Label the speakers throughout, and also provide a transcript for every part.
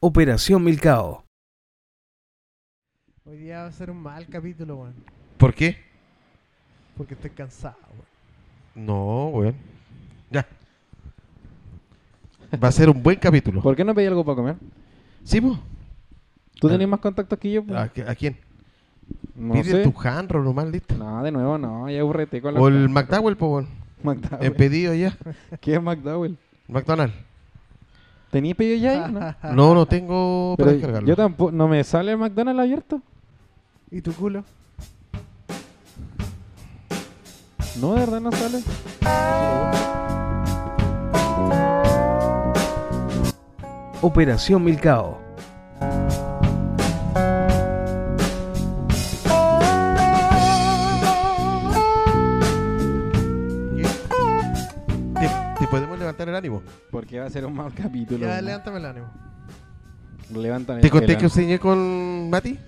Speaker 1: Operación Milcao.
Speaker 2: Hoy día va a ser un mal capítulo, weón.
Speaker 3: ¿Por qué?
Speaker 2: Porque estoy cansado, weón.
Speaker 3: No, weón. Ya. Va a ser un buen capítulo.
Speaker 4: ¿Por qué no pedí algo para comer?
Speaker 3: ¿Sí, po?
Speaker 4: ¿Tú
Speaker 3: Ah.
Speaker 4: tenías más contactos que yo? pues?
Speaker 3: ¿A, qué- a quién?
Speaker 4: no
Speaker 3: Pide
Speaker 4: sé.
Speaker 3: tu handro nomás, listo.
Speaker 4: No, de nuevo no, ya aburrete con la...
Speaker 3: O el em- McDowell, po, weón.
Speaker 4: McDowell.
Speaker 3: He pedido ya.
Speaker 4: ¿Qué es McDowell?
Speaker 3: McDonald's.
Speaker 4: ¿Tenías pedido ya ahí? No.
Speaker 3: No, no tengo para
Speaker 4: Pero
Speaker 3: Ah, descargarlo.
Speaker 4: yo tampoco... ¿No me sale el McDonald's abierto?
Speaker 2: ¿Y tu culo?
Speaker 4: No, de verdad no sale.
Speaker 1: Operación Milcao.
Speaker 3: ¿Qué? ¿Te, te podemos levantar el ánimo.
Speaker 4: Porque va a ser un mal capítulo.
Speaker 2: Ya,
Speaker 4: ¿no?
Speaker 2: levántame el ánimo.
Speaker 4: Levantan el
Speaker 3: ¿Te conté
Speaker 4: telón.
Speaker 3: que enseñé con Mati?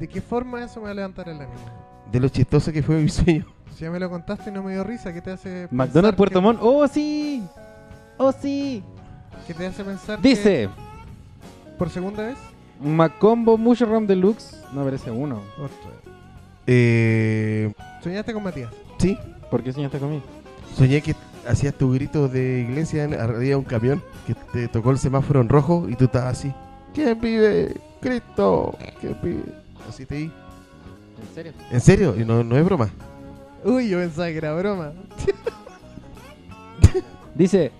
Speaker 2: ¿De qué forma eso me va a levantar el ánimo?
Speaker 3: De lo chistoso que fue mi sueño.
Speaker 2: Si ya me lo contaste y no me dio risa, ¿qué te hace
Speaker 4: McDonald's
Speaker 2: pensar
Speaker 4: Puerto
Speaker 2: que-
Speaker 4: Montt. ¡Oh, sí! ¡Oh, sí!
Speaker 2: ¿Qué te hace pensar que
Speaker 4: Dice...
Speaker 2: por segunda vez?
Speaker 4: Macombo Mushroom Deluxe. No aparece uno.
Speaker 2: Otra vez.
Speaker 3: Eh,
Speaker 2: ¿Soñaste con Matías?
Speaker 3: sí,
Speaker 4: ¿Por qué soñaste conmigo?
Speaker 3: soñé que hacías tu grito de iglesia en arriba de un camión que te tocó el semáforo en rojo y tú estabas así. ¿Quién vive? Cristo. ¿Quién vive? Así te vi.
Speaker 4: ¿En serio?
Speaker 3: ¿En serio? Y no, no es broma.
Speaker 2: Uy, yo pensaba que era broma.
Speaker 4: Dice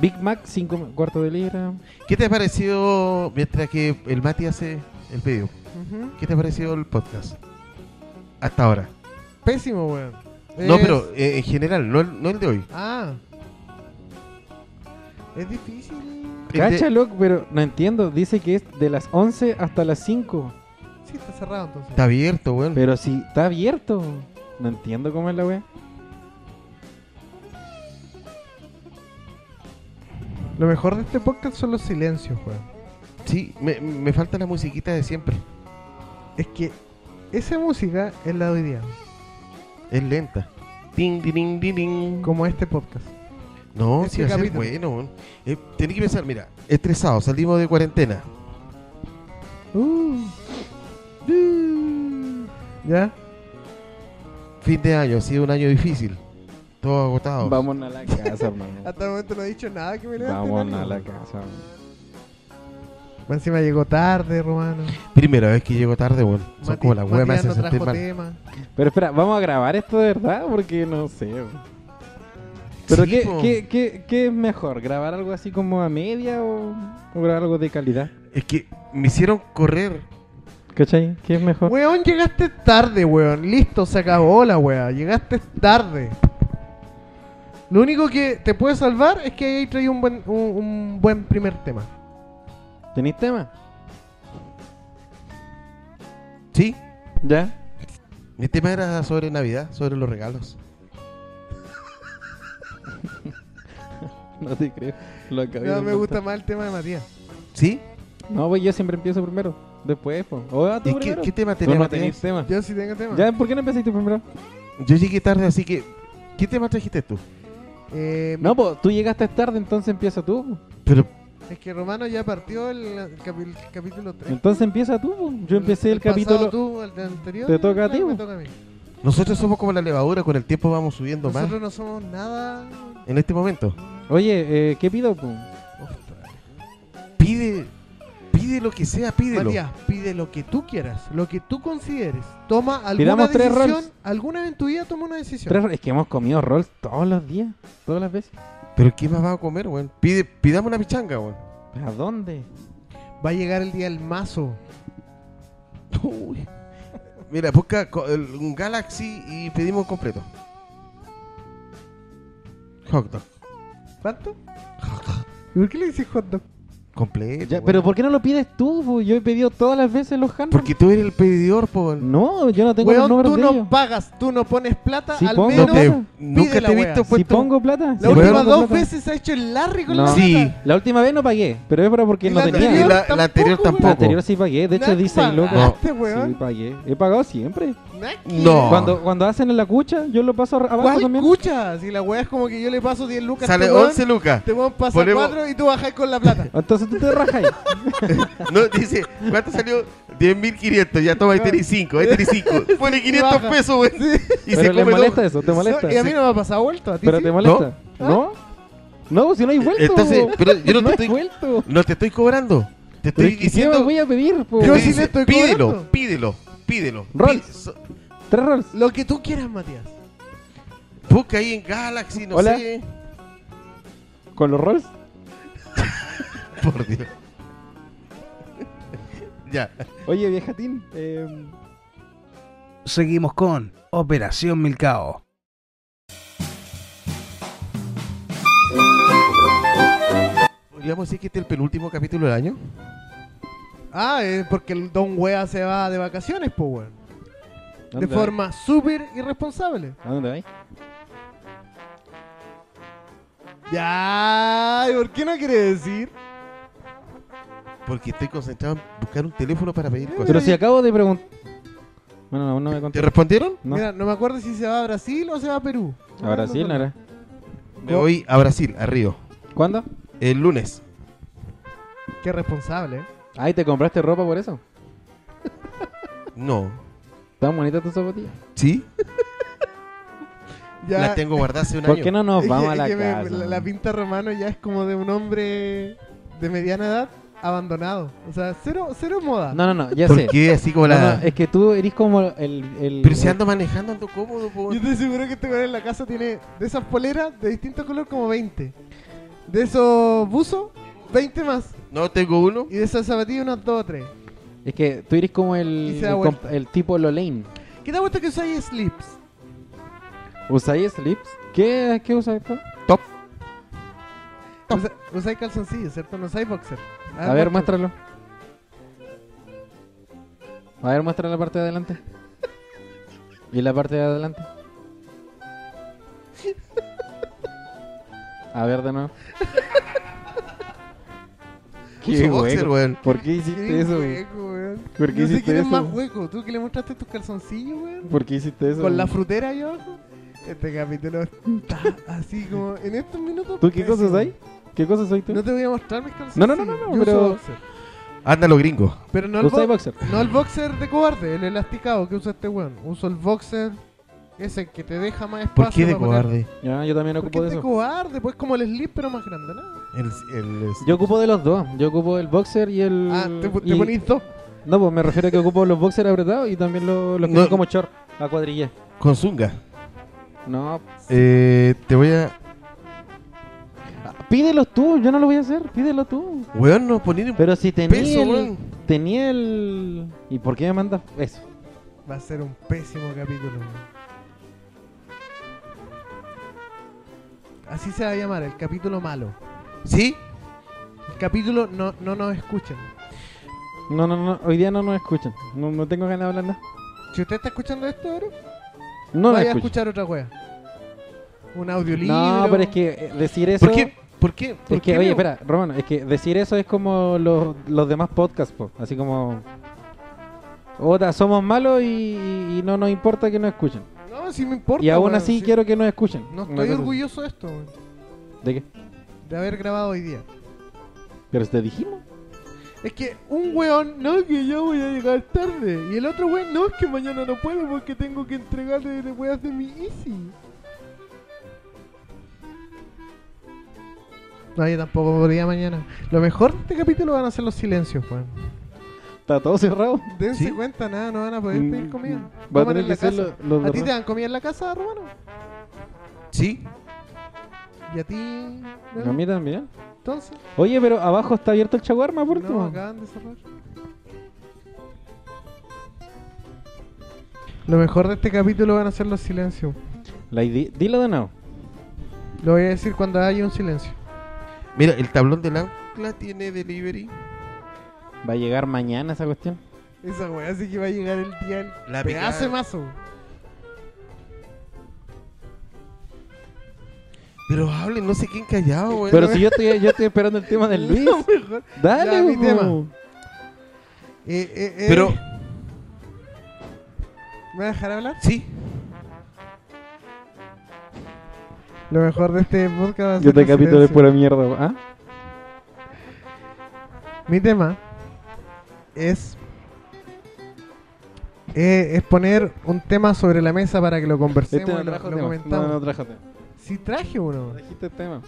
Speaker 4: Big Mac 5 cuartos de libra.
Speaker 3: ¿Qué te ha parecido mientras que el Mati hace el pedido?
Speaker 2: Ujú.
Speaker 3: ¿Qué te ha parecido el podcast? Hasta ahora.
Speaker 2: Pésimo, weón.
Speaker 3: No,
Speaker 2: Es-
Speaker 3: pero eh, en general, no el, no el de hoy.
Speaker 2: Ah. Es difícil.
Speaker 3: El de-
Speaker 4: Cacha, loco, pero no entiendo. Dice que es de las 11 hasta las 5.
Speaker 2: Sí, está cerrado entonces.
Speaker 3: Está abierto, weón.
Speaker 4: Pero si está abierto. No entiendo cómo es la wea.
Speaker 2: Lo mejor de este podcast son los silencios, weón.
Speaker 3: Sí, me, me falta la musiquita de siempre.
Speaker 2: Es que esa música es la de hoy día,
Speaker 3: Es lenta. Ding, ding, ding, ding, ding.
Speaker 2: como este podcast.
Speaker 3: No,
Speaker 2: Este
Speaker 3: sí, va a ser
Speaker 2: capítulo.
Speaker 3: bueno. weón. Eh, tenés que pensar, mira, estresado, salimos de cuarentena.
Speaker 2: Uh. Uh. ¿Ya?
Speaker 3: Fin de año, ha sido un año difícil. Todo agotado.
Speaker 4: Vamos a este la casa, hermano.
Speaker 2: Hasta el momento no he dicho nada que me levante.
Speaker 4: Vamos a la casa.
Speaker 2: Encima llegó tarde, Romano.
Speaker 3: Primera vez que llego tarde, weón. Son
Speaker 2: Mati-
Speaker 3: como la weá me
Speaker 2: Matías
Speaker 3: hace
Speaker 2: no
Speaker 3: sentir
Speaker 2: trajo
Speaker 3: mal.
Speaker 2: tema.
Speaker 4: Pero espera, ¿vamos a grabar esto de verdad? Porque no sé. wea. Pero
Speaker 3: Sí,
Speaker 4: ¿qué,
Speaker 3: po.
Speaker 4: qué, qué- qué es mejor? ¿Grabar algo así como a media o, o grabar algo de calidad?
Speaker 3: Es que me hicieron correr.
Speaker 4: ¿Cachai? ¿Qué es mejor?
Speaker 2: Weón, llegaste tarde, weón. Listo, se acabó la weá. Llegaste tarde. Lo único que te puede salvar es que ahí traído un buen, un, un buen primer tema.
Speaker 4: ¿Tenéis tema?
Speaker 3: Sí,
Speaker 4: ¿Ya?
Speaker 3: mi tema era sobre Navidad, sobre los regalos.
Speaker 4: No te creo. Lo acabé de
Speaker 2: No, me
Speaker 4: inventar.
Speaker 2: gusta más el tema de Matías.
Speaker 3: ¿Sí?
Speaker 4: No, pues yo siempre empiezo primero. Después, pues. O a tú
Speaker 3: ¿Y qué,
Speaker 4: primero.
Speaker 3: qué tema
Speaker 4: Tú
Speaker 3: tenía
Speaker 4: no
Speaker 3: Matías?
Speaker 4: tenés tema.
Speaker 2: Yo sí tengo tema.
Speaker 4: Ya, ¿por qué no empezaste primero?
Speaker 3: Yo llegué tarde, así que. ¿Qué tema trajiste tú?
Speaker 2: Eh,
Speaker 4: No, pues tú llegaste tarde, entonces empieza tú.
Speaker 3: Pero
Speaker 2: Es que Romano ya partió el, capi- el capítulo 3.
Speaker 4: Entonces empieza tú. po. Yo empecé el, capítulo.
Speaker 2: Tú, el de anterior,
Speaker 4: Te toca a ti,
Speaker 2: claro, me
Speaker 4: po.
Speaker 2: toca a mí.
Speaker 3: nosotros somos como la levadura, con el tiempo vamos subiendo más.
Speaker 2: Nosotros no somos nada.
Speaker 3: En este momento.
Speaker 4: Oye, eh, ¿qué pido? po?
Speaker 2: Ostras.
Speaker 3: Pide. Pide lo que sea, pídelo.
Speaker 2: Matías, pide lo que tú quieras, lo que tú consideres. Toma alguna
Speaker 4: Pidamos tres
Speaker 2: decisión.
Speaker 4: rolls.
Speaker 2: Alguna vez en tu vida toma una decisión.
Speaker 4: Tres- es que hemos comido rolls todos los días, todas las veces.
Speaker 3: Pero ¿qué más va a comer, weón? Pide, pidamos una pichanga, weón.
Speaker 4: ¿A dónde?
Speaker 2: Va a llegar el día del mazo.
Speaker 3: Uy. Mira, busca co- el- un Galaxy y pedimos completo. Hot dog.
Speaker 2: ¿Cuánto? ¿Y por qué le dices hot dog?
Speaker 3: Completo.
Speaker 4: Ya,
Speaker 3: weón.
Speaker 4: pero ¿por qué no lo pides tú? po? Yo he pedido todas las veces los handles.
Speaker 3: Porque tú eres el pedidor, po, weón.
Speaker 4: No, yo no tengo los
Speaker 2: Weón,
Speaker 4: números
Speaker 2: tú
Speaker 4: de
Speaker 2: no
Speaker 4: ellos.
Speaker 2: pagas, tú no pones plata,
Speaker 4: Si
Speaker 2: al
Speaker 4: pongo
Speaker 2: menos.
Speaker 3: No te-
Speaker 4: plata.
Speaker 3: nunca
Speaker 2: Pide la
Speaker 3: te he
Speaker 2: wea.
Speaker 3: visto pues.
Speaker 4: Si
Speaker 3: puesto.
Speaker 4: pongo plata.
Speaker 2: La
Speaker 4: si
Speaker 2: última
Speaker 4: pongo
Speaker 2: dos
Speaker 4: plata.
Speaker 2: veces ha hecho el Larry con
Speaker 4: No.
Speaker 2: la
Speaker 3: Sí.
Speaker 2: plata.
Speaker 4: La última vez no pagué, pero es para porque
Speaker 2: Y
Speaker 4: no
Speaker 2: la
Speaker 4: tenía.
Speaker 3: Y
Speaker 2: anterior
Speaker 3: la, la anterior
Speaker 2: tampoco,
Speaker 3: tampoco.
Speaker 4: La anterior sí pagué, de hecho
Speaker 2: Nada,
Speaker 4: dice ahí, loco.
Speaker 2: pagaste,
Speaker 4: Sí,
Speaker 2: weón.
Speaker 4: pagué. He pagado siempre.
Speaker 2: Naki.
Speaker 3: No.
Speaker 4: Cuando, cuando hacen en la cucha, yo lo paso abajo
Speaker 2: ¿Cuál
Speaker 4: también.
Speaker 2: escucha? Si la weá es como que yo le paso 10 lucas. a
Speaker 3: Sale
Speaker 2: este weón,
Speaker 3: 11 lucas.
Speaker 2: Te weón pasa
Speaker 3: Ponemos-
Speaker 2: 4 y tú bajas con la plata.
Speaker 4: Entonces tú te rajas ahí.
Speaker 3: No, dice, ¿cuánto salió? 10.500. Ya toma, ahí tenés 5. Ahí tenés 5. Pone 500
Speaker 2: baja.
Speaker 3: pesos, güey. Y
Speaker 4: Pero le
Speaker 3: come todo.
Speaker 4: molesta eso, te molesta.
Speaker 2: Y a mí no me ha pasado vuelto. ¿a ti
Speaker 4: Pero
Speaker 2: sí?
Speaker 4: te molesta. ¿No? No, si no hay vuelto.
Speaker 3: Entonces,
Speaker 4: po.
Speaker 3: pero yo no te
Speaker 4: hay
Speaker 3: estoy-
Speaker 4: vuelto.
Speaker 3: No te estoy cobrando. Te estoy
Speaker 4: Pero es que ¿qué me
Speaker 3: diciendo.
Speaker 4: voy a pedir? po?
Speaker 3: te
Speaker 2: Yo
Speaker 3: estoy
Speaker 2: sí le
Speaker 3: dici-
Speaker 2: estoy
Speaker 3: pídelo,
Speaker 2: cobrando.
Speaker 3: pídelo, pídelo.
Speaker 4: Rolls.
Speaker 3: Pi- so-
Speaker 4: Tres rolls.
Speaker 2: Lo que tú quieras, Matías.
Speaker 3: Busca ahí en Galaxy, no
Speaker 4: Hola.
Speaker 3: sé.
Speaker 4: Con los rolls.
Speaker 3: Por Dios. ya.
Speaker 4: Oye, viejatín. Eh,
Speaker 1: Seguimos con Operación Milcao.
Speaker 3: Podríamos decir que este es el penúltimo capítulo del año.
Speaker 2: Ah, es porque el Don Wea se va de vacaciones, pues weón. De
Speaker 4: ¿dónde
Speaker 2: forma súper irresponsable.
Speaker 4: vais? ¿A dónde vais?
Speaker 2: Ya, ¿y ¿por qué no quiere decir?
Speaker 3: Porque estoy concentrado en buscar un teléfono para pedir cosas.
Speaker 4: Pero si acabo de preguntar. Bueno, no, no me
Speaker 3: ¿Te
Speaker 4: contó.
Speaker 3: respondieron?
Speaker 4: No.
Speaker 2: Mira, no me acuerdo si se va a Brasil o se va a Perú.
Speaker 4: A Brasil, no era.
Speaker 3: Me voy a Brasil, a Río.
Speaker 4: ¿Cuándo?
Speaker 3: El lunes.
Speaker 2: Qué responsable, ¿eh?
Speaker 4: Ay, ¿te compraste ropa por eso?
Speaker 3: No.
Speaker 4: Tan bonitas tus zapatillas.
Speaker 3: ¿Sí?
Speaker 2: Ya,
Speaker 3: Las tengo guardadas hace un
Speaker 4: ¿Por qué
Speaker 3: año.
Speaker 4: no nos
Speaker 2: es que-
Speaker 4: vamos a
Speaker 2: es
Speaker 4: la
Speaker 2: que me-
Speaker 4: casa?
Speaker 2: la- la pinta romano ya es como de un hombre de mediana edad abandonado. O sea, cero, cero moda.
Speaker 4: No, no, no, ya
Speaker 3: ¿Por
Speaker 4: sé.
Speaker 3: qué así como
Speaker 4: No,
Speaker 3: la.?
Speaker 4: no, es que tú eres como el. el
Speaker 3: Pero si ando manejando, ando cómodo, po.
Speaker 2: Yo estoy seguro que este weón en la casa tiene de esas poleras de distinto color como 20. De esos buzos, 20 más.
Speaker 3: No tengo uno.
Speaker 2: Y de esas zapatillas, unas 2 o 3.
Speaker 4: Es que tú eres como
Speaker 2: Y
Speaker 4: el,
Speaker 2: se da
Speaker 4: el,
Speaker 2: vuelta.
Speaker 4: comp- el tipo Lolane.
Speaker 2: ¿Qué te gusta que usáis slips?
Speaker 4: ¿Usáis slips? ¿Qué, qué usáis tú?
Speaker 2: Usa- usáis calzoncillos, ¿cierto? No usáis boxer.
Speaker 4: A ver, muéstralo. A ver, muéstralo la parte de adelante. ¿Y la parte de adelante? A ver, de nuevo.
Speaker 3: Uso boxer,
Speaker 4: hueco.
Speaker 3: weón.
Speaker 4: ¿Por qué
Speaker 2: Qué
Speaker 4: hiciste eso?
Speaker 2: hueco, weón.
Speaker 4: ¿Por qué
Speaker 2: no sé
Speaker 4: hiciste
Speaker 2: quién es
Speaker 4: eso?
Speaker 2: más hueco. ¿Tú que le mostraste tus calzoncillos, weón?
Speaker 4: ¿Por qué hiciste eso?
Speaker 2: Con la frutera yo. Este capítulo está así como en estos minutos.
Speaker 4: ¿Tú qué cosas
Speaker 2: pésimo.
Speaker 4: hay? ¿Qué cosas soy tú?
Speaker 2: No te voy a mostrar mis calzoncillos.
Speaker 4: No, no, no, no, no,
Speaker 2: Yo uso
Speaker 4: pero-
Speaker 2: boxer.
Speaker 3: Ándalo, gringo.
Speaker 2: Pero no el,
Speaker 4: ¿Usáis
Speaker 2: bo-
Speaker 4: boxer?
Speaker 2: no el boxer de cobarde, el elasticado que usa este weón. Uso el boxer ese que te deja más espacio.
Speaker 3: ¿Por qué de
Speaker 2: para poner-
Speaker 3: cobarde?
Speaker 4: Ya, yo también
Speaker 2: ¿Por qué
Speaker 4: ocupo de
Speaker 2: de
Speaker 4: eso.
Speaker 2: cobarde? Pues como el slip, pero más grande, ¿no?
Speaker 3: El- el- este,
Speaker 4: Yo ocupo de los dos. Yo ocupo el boxer y el.
Speaker 2: Ah,
Speaker 3: Mm,
Speaker 2: te, te
Speaker 4: y-
Speaker 2: ponís dos.
Speaker 4: No, pues me refiero a que ocupo los boxers apretados y también los, los que
Speaker 3: No.
Speaker 4: son como short a cuadrilla.
Speaker 3: Con zunga.
Speaker 4: No,
Speaker 3: Eh, te voy a.
Speaker 4: pídelos tú. Yo no lo voy a hacer. Pídelo tú.
Speaker 3: Weón, no poner un
Speaker 4: Pero si tenía
Speaker 3: peso,
Speaker 4: el.
Speaker 3: weón.
Speaker 4: Tenía el. ¿Y por qué me mandas eso?
Speaker 2: Va a ser un pésimo capítulo. weón. Así se va a llamar, el capítulo malo.
Speaker 3: ¿Sí?
Speaker 2: El capítulo no, no nos escuchan.
Speaker 4: No, no, no. Hoy día no nos escuchan. No, no tengo ganas de hablar nada.
Speaker 2: Si usted está escuchando esto ahora,
Speaker 4: No nos
Speaker 2: vaya a
Speaker 4: escuchan.
Speaker 2: escuchar otra wea. Un audiolibro.
Speaker 4: No, pero es que eh, decir eso.
Speaker 3: ¿Por qué? ¿Por qué? ¿Por
Speaker 4: Es que,
Speaker 3: qué
Speaker 4: oye,
Speaker 3: me-
Speaker 4: espera, Romano, es que decir eso es como los, los demás podcasts, po. así como... Otra, somos malos y, y no nos importa que nos escuchen.
Speaker 2: No, sí me importa.
Speaker 4: Y aún
Speaker 2: weón,
Speaker 4: así
Speaker 2: sí.
Speaker 4: quiero que nos escuchen.
Speaker 2: No
Speaker 4: Una
Speaker 2: estoy
Speaker 4: cosa
Speaker 2: orgulloso de esto, weón,
Speaker 4: así. ¿De qué?
Speaker 2: de haber grabado hoy día.
Speaker 4: Pero te dijimos.
Speaker 2: Es que un weón, no, que yo voy a llegar tarde. Y el otro weón, no, es que mañana no puedo porque tengo que entregarle de weas de mi Easy. No, yo tampoco podría mañana. Lo mejor de este capítulo van a ser los silencios, weón.
Speaker 4: Está todo cerrado.
Speaker 2: Dense
Speaker 3: ¿Sí?
Speaker 2: cuenta, nada, no van a poder pedir
Speaker 4: Mm,
Speaker 2: comida.
Speaker 4: Va a
Speaker 2: Coman
Speaker 4: tener
Speaker 2: en la
Speaker 4: que ser
Speaker 2: casa.
Speaker 4: lo- los
Speaker 2: ¿A ti te
Speaker 4: demás.
Speaker 2: dan comida en la casa, Romano?
Speaker 3: ¿Sí?
Speaker 2: ¿Y a ti? no?
Speaker 4: A mí también.
Speaker 2: Entonces,
Speaker 4: Oye, pero abajo está abierto el chaguarma, por
Speaker 2: no,
Speaker 4: último.
Speaker 2: acaban de cerrar. Lo mejor de este capítulo van a ser los silencios.
Speaker 4: La ID- Dilo de nuevo.
Speaker 2: Lo voy a decir cuando haya un silencio.
Speaker 3: Mira, el tablón del ancla tiene delivery.
Speaker 4: Va a llegar mañana esa cuestión.
Speaker 2: Esa weá sí que va a llegar el día del
Speaker 3: La
Speaker 2: pedazo de
Speaker 3: picada.
Speaker 2: mazo.
Speaker 3: Pero hablen, no sé quién callado, weón.
Speaker 4: Pero si yo estoy, yo estoy esperando el tema del Luis.
Speaker 2: Lo mejor.
Speaker 4: Dale,
Speaker 2: Ya, mi
Speaker 4: po.
Speaker 2: tema. Eh, eh, eh.
Speaker 3: Pero-
Speaker 2: ¿Me vas a dejar hablar?
Speaker 3: Sí.
Speaker 2: Lo mejor de este podcast va a
Speaker 4: Yo
Speaker 2: ser
Speaker 4: te
Speaker 2: el
Speaker 4: capítulo es
Speaker 2: silencio.
Speaker 4: pura mierda. ¿Ah?
Speaker 2: Mi tema es, eh, es poner un tema sobre la mesa para que lo conversemos
Speaker 4: Este no
Speaker 2: y lo,
Speaker 4: trajo
Speaker 2: lo
Speaker 4: tema.
Speaker 2: comentamos.
Speaker 4: No, no trajo tema.
Speaker 2: Si traje uno.
Speaker 4: Trajiste tema.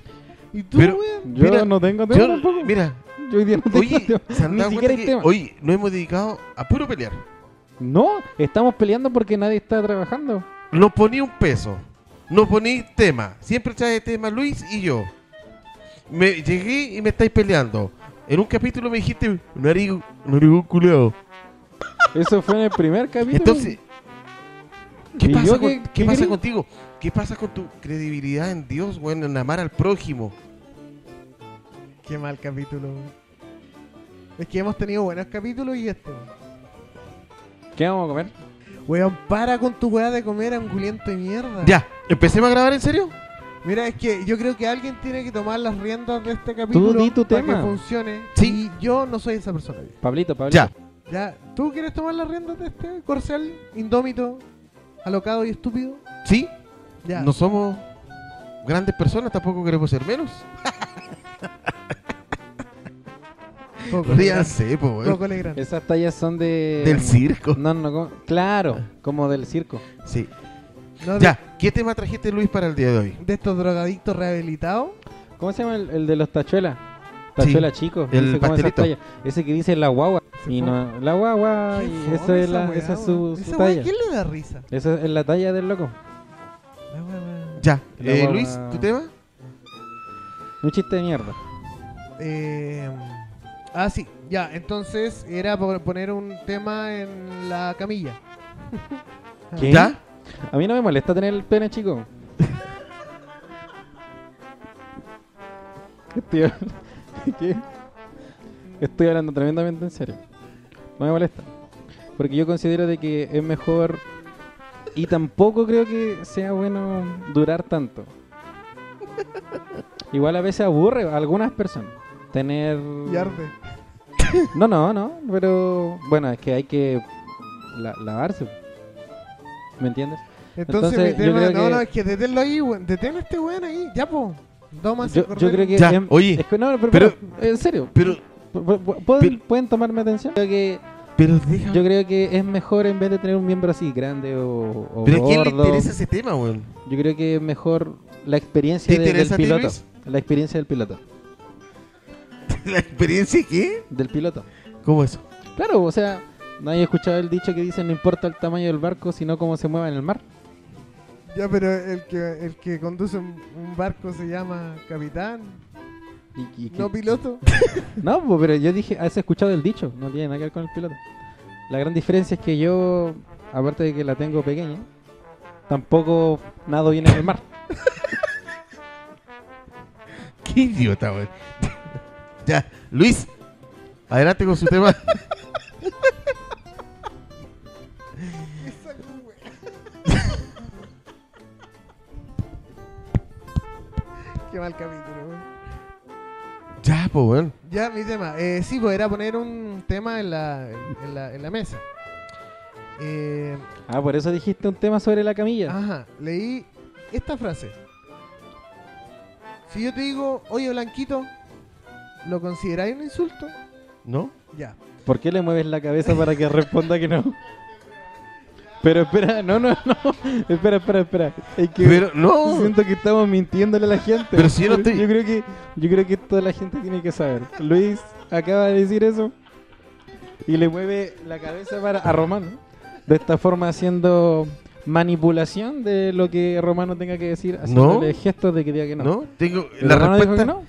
Speaker 2: ¿Y tú,
Speaker 3: Pero-
Speaker 2: weón?
Speaker 4: Yo
Speaker 3: Mira,
Speaker 4: no tengo tema
Speaker 3: Yo,
Speaker 4: tampoco.
Speaker 3: mira,
Speaker 4: Yo hoy día no tengo
Speaker 3: oye,
Speaker 4: tema.
Speaker 3: ¿se han
Speaker 4: Ni
Speaker 3: dado cuenta
Speaker 4: siquiera hay
Speaker 3: que
Speaker 4: tema.
Speaker 3: hoy nos hemos dedicado a puro pelear?
Speaker 4: No, estamos peleando porque nadie está trabajando.
Speaker 3: No poní un peso. No poní tema. Siempre trae tema Luis y yo. Me llegué y me estáis peleando. En un capítulo me dijiste, nariz, nariz culeado.
Speaker 4: Eso fue en el primer capítulo.
Speaker 3: Entonces, ¿qué
Speaker 4: ¿Y
Speaker 3: pasa,
Speaker 4: yo
Speaker 3: con-
Speaker 4: qué-
Speaker 3: qué
Speaker 4: qué
Speaker 3: pasa
Speaker 4: quería?
Speaker 3: contigo? ¿Qué pasa con tu credibilidad en Dios, bueno, en amar al prójimo?
Speaker 2: Qué mal capítulo. weón. Es que hemos tenido buenos capítulos y este. weón.
Speaker 4: ¿qué vamos a comer?
Speaker 2: Weón, para con tu weá de comer anguliento de mierda.
Speaker 3: Ya, ¿empecemos a grabar en serio?
Speaker 2: Mira, es que yo creo que alguien tiene que tomar las riendas de este capítulo
Speaker 4: Tú di tu
Speaker 2: para
Speaker 4: tema.
Speaker 2: que funcione.
Speaker 3: Sí.
Speaker 2: Y yo no soy esa persona. viejo.
Speaker 4: Pablito, Pablito.
Speaker 3: Ya.
Speaker 2: Ya, ¿tú quieres tomar las riendas de este corcel indómito, alocado y estúpido?
Speaker 3: ¿Sí?
Speaker 2: Ya.
Speaker 3: No somos grandes personas, tampoco queremos ser menos.
Speaker 2: Coco
Speaker 3: Ríanse, po,
Speaker 2: Legrand.
Speaker 3: weón.
Speaker 2: Coco Legrand.
Speaker 4: Esas tallas son de.
Speaker 3: Del circo.
Speaker 4: No, no, como- claro, como del circo.
Speaker 3: Sí.
Speaker 2: No, de-
Speaker 3: Ya, ¿qué tema trajiste, Luis, para el día de hoy?
Speaker 2: De, estos drogadictos rehabilitados.
Speaker 4: ¿Cómo se llama el, el de los tachuelas? Tachuela chico.
Speaker 3: el
Speaker 4: dice como esas
Speaker 3: pastelito.
Speaker 4: tallas. Ese que dice la guagua.
Speaker 2: Se
Speaker 4: Y
Speaker 2: fue.
Speaker 4: no, la guagua.
Speaker 2: Qué
Speaker 4: y
Speaker 2: fome
Speaker 4: esa, es
Speaker 2: esa
Speaker 4: la,
Speaker 2: weá,
Speaker 4: esa es
Speaker 2: weón.
Speaker 4: su, su
Speaker 2: Esa weá,
Speaker 4: talla.
Speaker 2: ¿quién le da risa?
Speaker 4: Esa es la talla del loco.
Speaker 2: La weá, weá.
Speaker 3: Ya,
Speaker 4: La
Speaker 3: eh,
Speaker 4: guagua.
Speaker 3: Luis, ¿tu tema?
Speaker 4: Un chiste de mierda.
Speaker 2: Eh, ah, sí. Ya, entonces era por poner un tema en la camilla.
Speaker 4: ¿Qué?
Speaker 3: ¿Ya?
Speaker 4: A mí no me molesta tener el pene chico. Estoy, hab- ¿Qué? Estoy hablando tremendamente en serio. No me molesta. Porque yo considero de que es mejor y tampoco creo que sea bueno durar tanto. Igual a veces aburre a algunas personas tener...
Speaker 2: Y arde.
Speaker 4: No, no, no, pero bueno, es que hay que la- lavarse. ¿Me entiendes?
Speaker 2: Entonces,
Speaker 4: Entonces,
Speaker 2: mi
Speaker 4: yo
Speaker 2: tema.
Speaker 4: creo
Speaker 2: No,
Speaker 4: que-
Speaker 2: no, es que deténlo ahí, weón. Detén a este weón ahí. Ya, po. Domas
Speaker 4: Yo, yo creo que.
Speaker 3: Ya,
Speaker 4: em,
Speaker 3: oye,
Speaker 4: es que no, pero,
Speaker 3: pero-
Speaker 4: pero, En serio.
Speaker 3: Pero,
Speaker 4: pu- pu- pu- ¿pueden,
Speaker 3: pero-
Speaker 4: pueden tomarme atención? Creo que,
Speaker 3: pero deja.
Speaker 4: yo creo que es mejor en vez de tener un miembro así grande o, o
Speaker 3: pero ¿a quién le
Speaker 4: gordo.
Speaker 3: interesa ese tema, weón?
Speaker 4: Yo creo que es mejor la experiencia
Speaker 3: ¿Te
Speaker 4: de- del
Speaker 3: interesa a ti,
Speaker 4: piloto.
Speaker 3: Luis?
Speaker 4: La experiencia del piloto.
Speaker 3: ¿La experiencia qué?
Speaker 4: Del piloto.
Speaker 3: ¿Cómo eso?
Speaker 4: Claro, o sea, nadie ha escuchado el dicho que dice no importa el tamaño del barco, sino cómo se mueva en el mar.
Speaker 2: Ya, pero el que, el que conduce un, un barco se llama capitán,
Speaker 4: Y- y que-
Speaker 2: no piloto.
Speaker 4: No, po, pero yo dije, has escuchado el dicho, no tiene nada que ver con el piloto. La gran diferencia es que yo, aparte de que la tengo pequeña, tampoco nado bien en el mar.
Speaker 3: Qué idiota, weón. ya, Luis, adelante con su tema.
Speaker 2: Qué mal capítulo, weón.
Speaker 3: ya, pues, weón.
Speaker 2: Ya, mi tema. Eh, sí, pues era poner un tema en la, en la, en la mesa. Eh,
Speaker 4: Ah, por eso dijiste un tema sobre la camilla.
Speaker 2: ajá, leí esta frase. Si yo te digo, oye Blanquito, ¿lo consideráis un insulto?
Speaker 3: ¿No?
Speaker 2: Ya.
Speaker 4: ¿Por qué le mueves la cabeza para que responda que no? Pero espera, no, no, no. Espera, espera, espera. Es que
Speaker 3: Pero, no.
Speaker 4: siento que estamos mintiéndole a la gente.
Speaker 3: Pero si yo no estoy-
Speaker 4: Yo creo que, yo creo que toda la gente tiene que saber. Luis acaba de decir eso y le mueve la cabeza para a Romano. De esta forma haciendo manipulación de lo que Romano tenga que decir, haciéndole gestos de que diga que no.
Speaker 3: No, tengo
Speaker 4: Pero
Speaker 3: la
Speaker 4: Romano dijo
Speaker 3: respuesta.
Speaker 4: que no.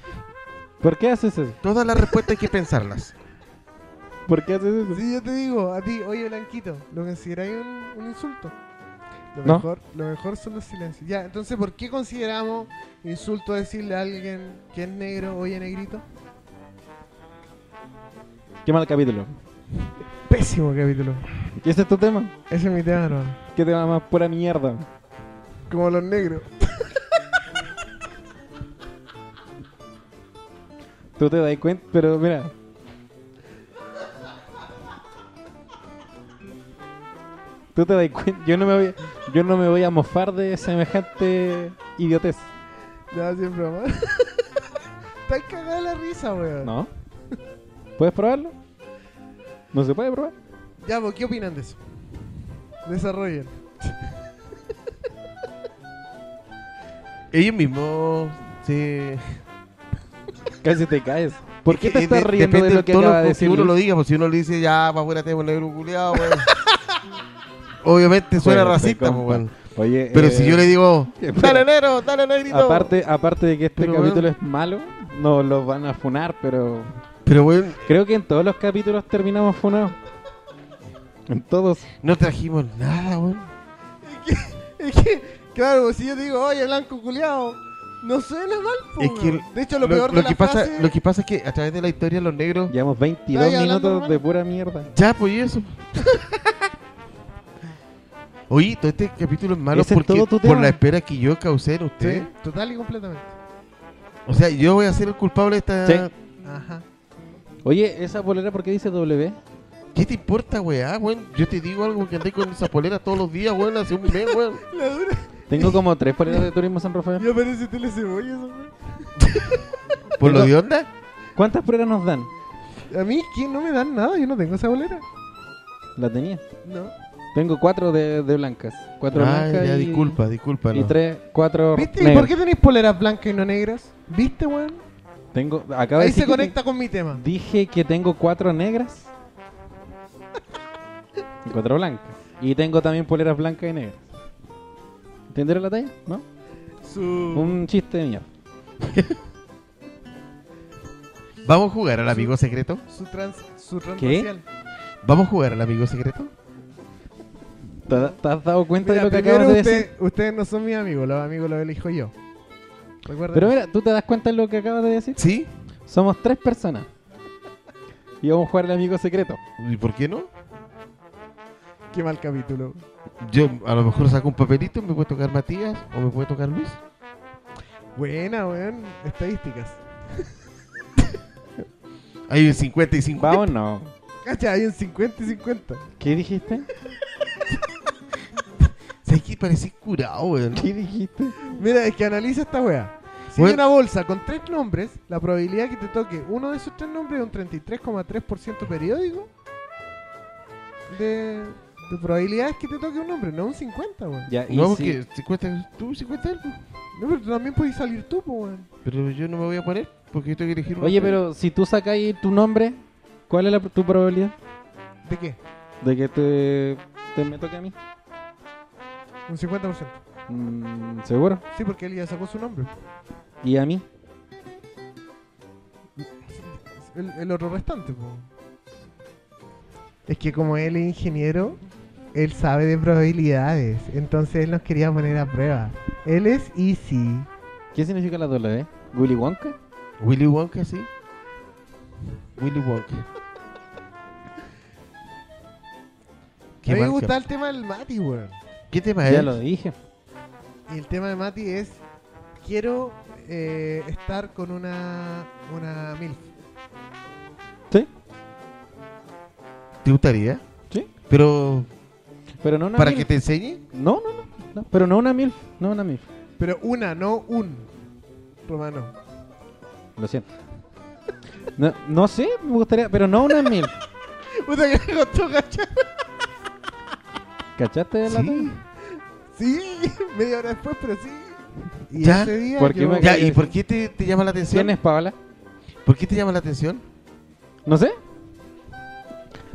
Speaker 4: ¿Por qué haces eso?
Speaker 3: Todas las respuestas hay que pensarlas.
Speaker 4: ¿Por qué haces eso?
Speaker 2: Si yo te digo a ti, oye Blanquito, ¿lo consideráis un, un insulto? Lo
Speaker 4: No.
Speaker 2: mejor, lo mejor son los silencios. Ya, entonces, ¿por qué consideramos insulto decirle a alguien que es negro, oye negrito?
Speaker 4: Qué mal capítulo.
Speaker 2: Pésimo capítulo.
Speaker 4: ¿Y ese es tu tema?
Speaker 2: Ese es mi tema, no.
Speaker 4: ¿Qué tema más pura mierda?
Speaker 2: Como los negros.
Speaker 4: Tú te das cuenta, pero mira. Tú te das cuenta. Yo no me voy, yo no me voy a mofar de semejante idiotez.
Speaker 2: No, siempre broma. Estás cagado de la risa, weón.
Speaker 4: ¿No? ¿Puedes probarlo? ¿No se puede probar?
Speaker 2: Ya, pues, ¿qué opinan de eso? Desarrollen.
Speaker 3: Ellos mismos se...
Speaker 4: Casi te caes. ¿Por qué te
Speaker 3: Eh,
Speaker 4: estás
Speaker 3: de-
Speaker 4: riendo de
Speaker 3: depende
Speaker 4: lo que
Speaker 3: del tono
Speaker 4: acaba de
Speaker 3: con
Speaker 4: decir?
Speaker 3: uno lo
Speaker 4: Luis?
Speaker 3: diga, pues si uno le dice, ya, para afuera te un negro culiado, weón. pues. Obviamente suena
Speaker 4: Juega,
Speaker 3: racista,
Speaker 4: compa.
Speaker 3: pues, weón.
Speaker 4: Oye,
Speaker 3: Pero
Speaker 4: eh,
Speaker 3: si yo le digo,
Speaker 4: eh,
Speaker 3: dale negro, dale negrito.
Speaker 4: aparte, aparte de que este
Speaker 3: Pero,
Speaker 4: capítulo
Speaker 3: weón.
Speaker 4: es malo, no los van a funar, pero
Speaker 3: Pero, weón,
Speaker 4: creo que en todos los capítulos terminamos funados. En todos.
Speaker 3: no trajimos nada, weón.
Speaker 2: Es que, claro, si yo digo, oye, blanco culiao, no suena mal, po,
Speaker 3: Es que
Speaker 2: weón. De hecho,
Speaker 3: Lo,
Speaker 2: lo, peor
Speaker 3: lo
Speaker 2: de la
Speaker 3: que pasa,
Speaker 2: frase-
Speaker 3: lo que pasa es que a través de la historia los negros... Ya,
Speaker 4: Llevamos 22
Speaker 2: Ay, hablando
Speaker 4: minutos
Speaker 2: normal.
Speaker 4: de pura mierda.
Speaker 3: pues y eso. Oye, todo este capítulo es malo
Speaker 4: Ese es
Speaker 3: porque
Speaker 4: todo tu
Speaker 3: por
Speaker 4: tema.
Speaker 3: la espera que yo causé en
Speaker 2: Sí,
Speaker 3: ustedes.
Speaker 2: total y completamente.
Speaker 3: O sea, yo voy a ser el culpable de esta...
Speaker 4: Sí.
Speaker 2: Ajá.
Speaker 4: Oye, esa polera, ¿por qué dice W?
Speaker 3: ¿Qué te importa, weá, weón? Yo te digo algo que andé con esa polera todos los días, weón, hace un mes, weón.
Speaker 2: La dura.
Speaker 4: Tengo como tres poleras de Turismo San Rafael.
Speaker 2: Y aparece telecebollas, weón.
Speaker 3: ¿Por lo de onda?
Speaker 4: ¿Cuántas poleras nos dan?
Speaker 2: A mí, ¿quién no me dan nada? Yo no tengo esa bolera.
Speaker 4: La tenía.
Speaker 2: No.
Speaker 4: Tengo cuatro de, de blancas. Cuatro
Speaker 3: Ay,
Speaker 4: blancas
Speaker 3: Ah, ya,
Speaker 4: y,
Speaker 3: disculpa, disculpa.
Speaker 4: y tres, cuatro
Speaker 2: ¿Viste? ¿Y
Speaker 4: negras.
Speaker 2: por qué tenéis poleras blancas y no negras? ¿Viste, weón?
Speaker 4: Tengo, acaba de
Speaker 2: Ahí
Speaker 4: decir
Speaker 2: se
Speaker 4: que
Speaker 2: conecta con mi tema.
Speaker 4: te- dije que tengo cuatro negras y cuatro blancas. Y tengo también poleras blancas y negras. ¿Entendieron la talla? ¿No?
Speaker 2: Su...
Speaker 4: Un chiste de mierda.
Speaker 3: ¿Vamos a jugar al amigo secreto?
Speaker 2: Su trans... Su transracial.
Speaker 4: ¿Qué?
Speaker 3: ¿Vamos a jugar al amigo secreto?
Speaker 4: ¿Te, te has dado cuenta
Speaker 2: Mira,
Speaker 4: de lo que
Speaker 2: primero
Speaker 4: acabas de
Speaker 2: usted-
Speaker 4: decir?
Speaker 2: ustedes no son mis amigos, los amigos los elijo yo. Recuerden.
Speaker 4: Pero mira, ¿tú te das cuenta de lo que acabas de decir?
Speaker 3: ¿Sí?
Speaker 4: Somos tres personas. Y vamos a jugar el amigo secreto.
Speaker 3: ¿Y por qué no?
Speaker 2: Qué mal capítulo.
Speaker 3: Yo a lo mejor saco un papelito y me puede tocar Matías o me puede tocar Luis.
Speaker 2: Buena, weón. Estadísticas.
Speaker 3: Hay un 50 y 50.
Speaker 4: ¿Va o no?
Speaker 2: Cacha, hay un 50 y 50.
Speaker 4: ¿Qué dijiste?
Speaker 3: ¿Sabes qué? Parecís curado, weón.
Speaker 4: ¿Qué dijiste?
Speaker 2: Mira, es que analiza esta weá. Si hay
Speaker 3: Bueno.
Speaker 2: una bolsa con tres nombres, la probabilidad que te toque uno de esos tres nombres es un 33,3% periódico de, de probabilidades que te toque un nombre, no un 50, weón.
Speaker 4: Ya, y
Speaker 3: No,
Speaker 4: si-
Speaker 3: porque 50 tú, 50 él, pues.
Speaker 2: No, pero tú también puedes salir tú, po, weón.
Speaker 3: Pero yo no me voy a poner porque yo tengo que elegir uno.
Speaker 4: Oye, pero si tú sacas ahí tu nombre, ¿cuál es la- tu probabilidad
Speaker 2: ¿De qué?
Speaker 4: de que te, te me toque a mí?
Speaker 2: Un 50%.
Speaker 4: Mm, ¿Seguro?
Speaker 2: Sí, porque él ya sacó su nombre.
Speaker 4: ¿Y a mí?
Speaker 2: El, el otro restante, po. Es que como él es ingeniero, él sabe de probabilidades. Entonces él nos quería poner a prueba. Él es easy.
Speaker 4: ¿Qué significa la W? ¿Willy Wonka?
Speaker 3: Willy Wonka, sí. Willy Wonka.
Speaker 2: A mí me
Speaker 3: mal
Speaker 2: gusta
Speaker 3: cap-
Speaker 2: el tema del Mati, weón.
Speaker 3: ¿Qué tema
Speaker 4: Ya
Speaker 3: es?
Speaker 4: lo dije.
Speaker 2: Y el tema de Mati es, quiero eh, estar con una, una MILF.
Speaker 4: ¿Sí?
Speaker 3: ¿Te gustaría?
Speaker 4: Sí.
Speaker 3: Pero,
Speaker 4: Pero no una
Speaker 3: ¿para que
Speaker 4: milf.
Speaker 3: te enseñe?
Speaker 4: No, no, no, no, Pero no una milf. No una milf.
Speaker 2: Pero una, no un. Romano.
Speaker 4: Lo siento. No, no sé, me gustaría... Pero no una milf.
Speaker 2: Puta que me costó cachar.
Speaker 4: ¿Cachaste la
Speaker 3: Sí.
Speaker 4: talla?
Speaker 2: Sí, media hora después, pero sí. Y
Speaker 3: Ya,
Speaker 2: ese día
Speaker 4: ¿por qué
Speaker 2: yo-
Speaker 4: me
Speaker 3: Ya, ¿y por qué te, te llama la atención?
Speaker 4: ¿Quién es Paola?
Speaker 3: ¿Por qué te llama la atención?
Speaker 4: No sé.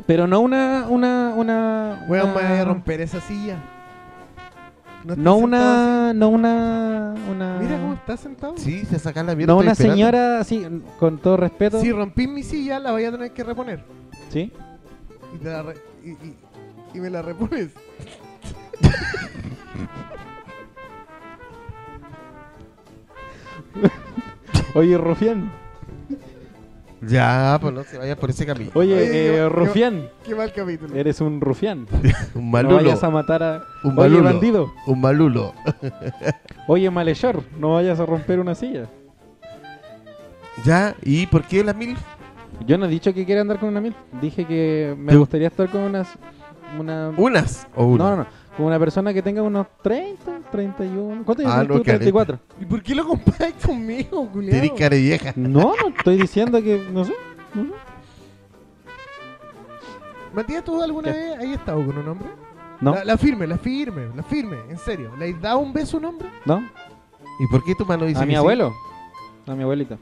Speaker 4: Pero no una... una, una
Speaker 2: Weón, me
Speaker 4: una-
Speaker 2: voy a romper esa silla. está
Speaker 4: No
Speaker 2: sentado así.
Speaker 4: una, no una, una.
Speaker 2: Mira cómo está sentado.
Speaker 3: Sí, se saca la mierda.
Speaker 4: No
Speaker 3: estoy
Speaker 4: una
Speaker 3: esperando.
Speaker 4: señora así, con todo respeto.
Speaker 2: Si
Speaker 4: Sí.
Speaker 2: rompí mi silla, la voy a tener que reponer. Y, te la re- y, y- y me la repones.
Speaker 4: Oye, Rufián.
Speaker 3: Ya, pues no se vaya por ese camino.
Speaker 4: Oye,
Speaker 2: Oye,
Speaker 4: eh,
Speaker 2: yo- yo-
Speaker 4: Rufián.
Speaker 2: Qué mal capítulo.
Speaker 4: Eres un Rufián.
Speaker 3: Un
Speaker 4: No
Speaker 3: malulo.
Speaker 4: vayas a matar a.
Speaker 3: Un
Speaker 4: Oye,
Speaker 3: malulo.
Speaker 4: bandido.
Speaker 3: Un malulo.
Speaker 4: Oye, malhechor. No vayas a romper una silla.
Speaker 3: Ya, ¿y por qué la mil?
Speaker 4: Yo no he dicho que quiera andar con una mil. Dije que me
Speaker 3: Te-
Speaker 4: gustaría estar con una. una...
Speaker 3: ¿Unas o
Speaker 4: no,
Speaker 3: una?
Speaker 4: no, no. Como una persona que tenga unos 30, 31... ¿Cuántos años
Speaker 3: Ah,
Speaker 4: tienes
Speaker 3: no,
Speaker 4: tú?
Speaker 3: caleta.
Speaker 4: 34.
Speaker 2: ¿Y por qué lo comparas conmigo, culiado?
Speaker 3: Tenés cara de vieja.
Speaker 4: No, no, estoy diciendo que... No sé. no sé.
Speaker 2: Matías, ¿tú alguna
Speaker 4: ¿Qué?
Speaker 2: vez has estado con un hombre?
Speaker 4: No.
Speaker 2: La, la firme, la firme, la firme, en serio. ¿Le has dado un beso a un hombre?
Speaker 4: ¿No?
Speaker 3: ¿Y por qué tu mano dice
Speaker 4: A
Speaker 3: que
Speaker 4: mi
Speaker 3: sí?
Speaker 4: abuelo. A mi abuelita.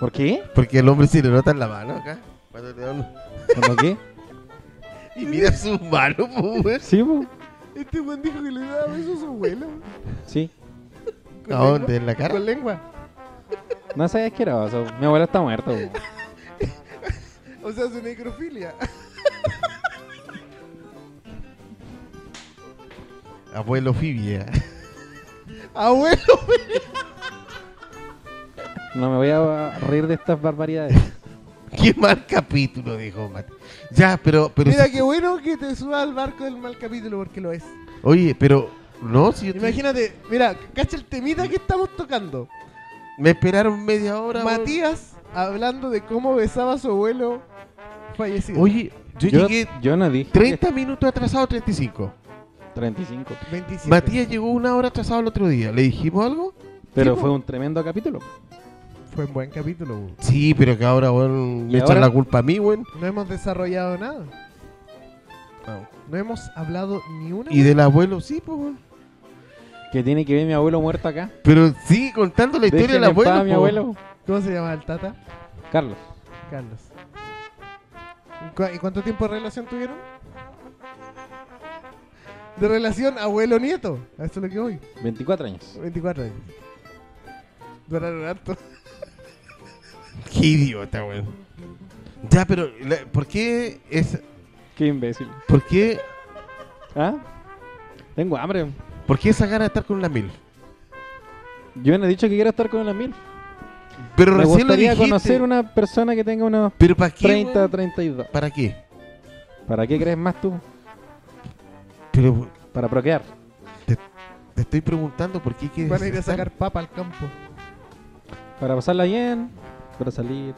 Speaker 4: ¿Por qué?
Speaker 3: Porque el hombre se le nota en la mano acá. Cuando te da un-
Speaker 4: ¿Por qué?
Speaker 3: Y mira su mano, po, güey.
Speaker 4: Sí, po.
Speaker 2: Este buen dijo que le daba besos a su abuelo.
Speaker 4: Sí.
Speaker 3: ¿A dónde? ¿En la cara?
Speaker 2: Con lengua.
Speaker 4: No sabías que era vaso. Mi abuela está muerta, po.
Speaker 2: O sea, su necrofilia.
Speaker 3: Abuelo Fibia.
Speaker 2: Abuelo.
Speaker 4: No me voy a reír de estas barbaridades.
Speaker 3: Qué mal capítulo, dijo Mati. Ya, pero, pero
Speaker 2: Mira,
Speaker 3: sí-
Speaker 2: qué bueno que te suba al barco del mal capítulo porque lo es.
Speaker 3: Oye, pero no, si yo te-
Speaker 2: Imagínate, mira, cacha el temita que estamos tocando.
Speaker 3: me esperaron media hora. güey.
Speaker 2: Matías hablando de cómo besaba a su abuelo fallecido.
Speaker 3: Oye, yo,
Speaker 4: Yo,
Speaker 3: llegué
Speaker 4: yo no dije
Speaker 3: 30 minutos atrasado, 35.
Speaker 4: 35.
Speaker 2: 27.
Speaker 3: Matías llegó una hora atrasado el otro día. ¿Le dijimos algo?
Speaker 4: Pero
Speaker 2: Sí, po.
Speaker 4: fue un tremendo capítulo.
Speaker 2: Fue un buen capítulo. bu.
Speaker 3: Sí, pero que ahora, weón,
Speaker 4: ¿Y
Speaker 3: me echan
Speaker 4: ahora?
Speaker 3: la culpa a mí, weón.
Speaker 2: No hemos desarrollado nada.
Speaker 4: Ah.
Speaker 2: No hemos hablado ni una.
Speaker 3: Y del abuelo, sí, pues, weón.
Speaker 4: Que tiene que ver mi abuelo muerto acá.
Speaker 3: Pero sí, contando la historia del
Speaker 4: Déjenme en
Speaker 3: abuelo.
Speaker 4: paz a mi
Speaker 3: po.
Speaker 4: abuelo.
Speaker 2: ¿Cómo se llamaba el tata?
Speaker 4: Carlos.
Speaker 2: Carlos. ¿Y cua- ¿Y cuánto tiempo de relación tuvieron? De relación abuelo-nieto. A eso es lo que voy.
Speaker 4: 24 años.
Speaker 2: 24 años. Duraron harto.
Speaker 3: Qué idiota, weón. Ya, pero la- ¿por qué es
Speaker 4: Qué imbécil.
Speaker 3: por qué
Speaker 4: ¿Ah? Tengo hambre.
Speaker 3: por qué esa gana de estar con la mil?
Speaker 4: Yo no he dicho que quiero estar con la mil.
Speaker 3: Pero
Speaker 4: Me
Speaker 3: recién lo
Speaker 4: gustaría
Speaker 3: dijiste.
Speaker 4: conocer una persona que tenga unos
Speaker 3: Pero para qué?
Speaker 4: 30,
Speaker 3: weón?
Speaker 4: 32.
Speaker 3: ¿Para qué?
Speaker 4: ¿Para qué crees más tú?
Speaker 3: Pero
Speaker 4: Para procrear.
Speaker 3: te estoy preguntando por qué quieres
Speaker 2: Van a ir a
Speaker 3: estar-
Speaker 2: sacar papa al campo.
Speaker 4: Para pasarla bien. Para salir.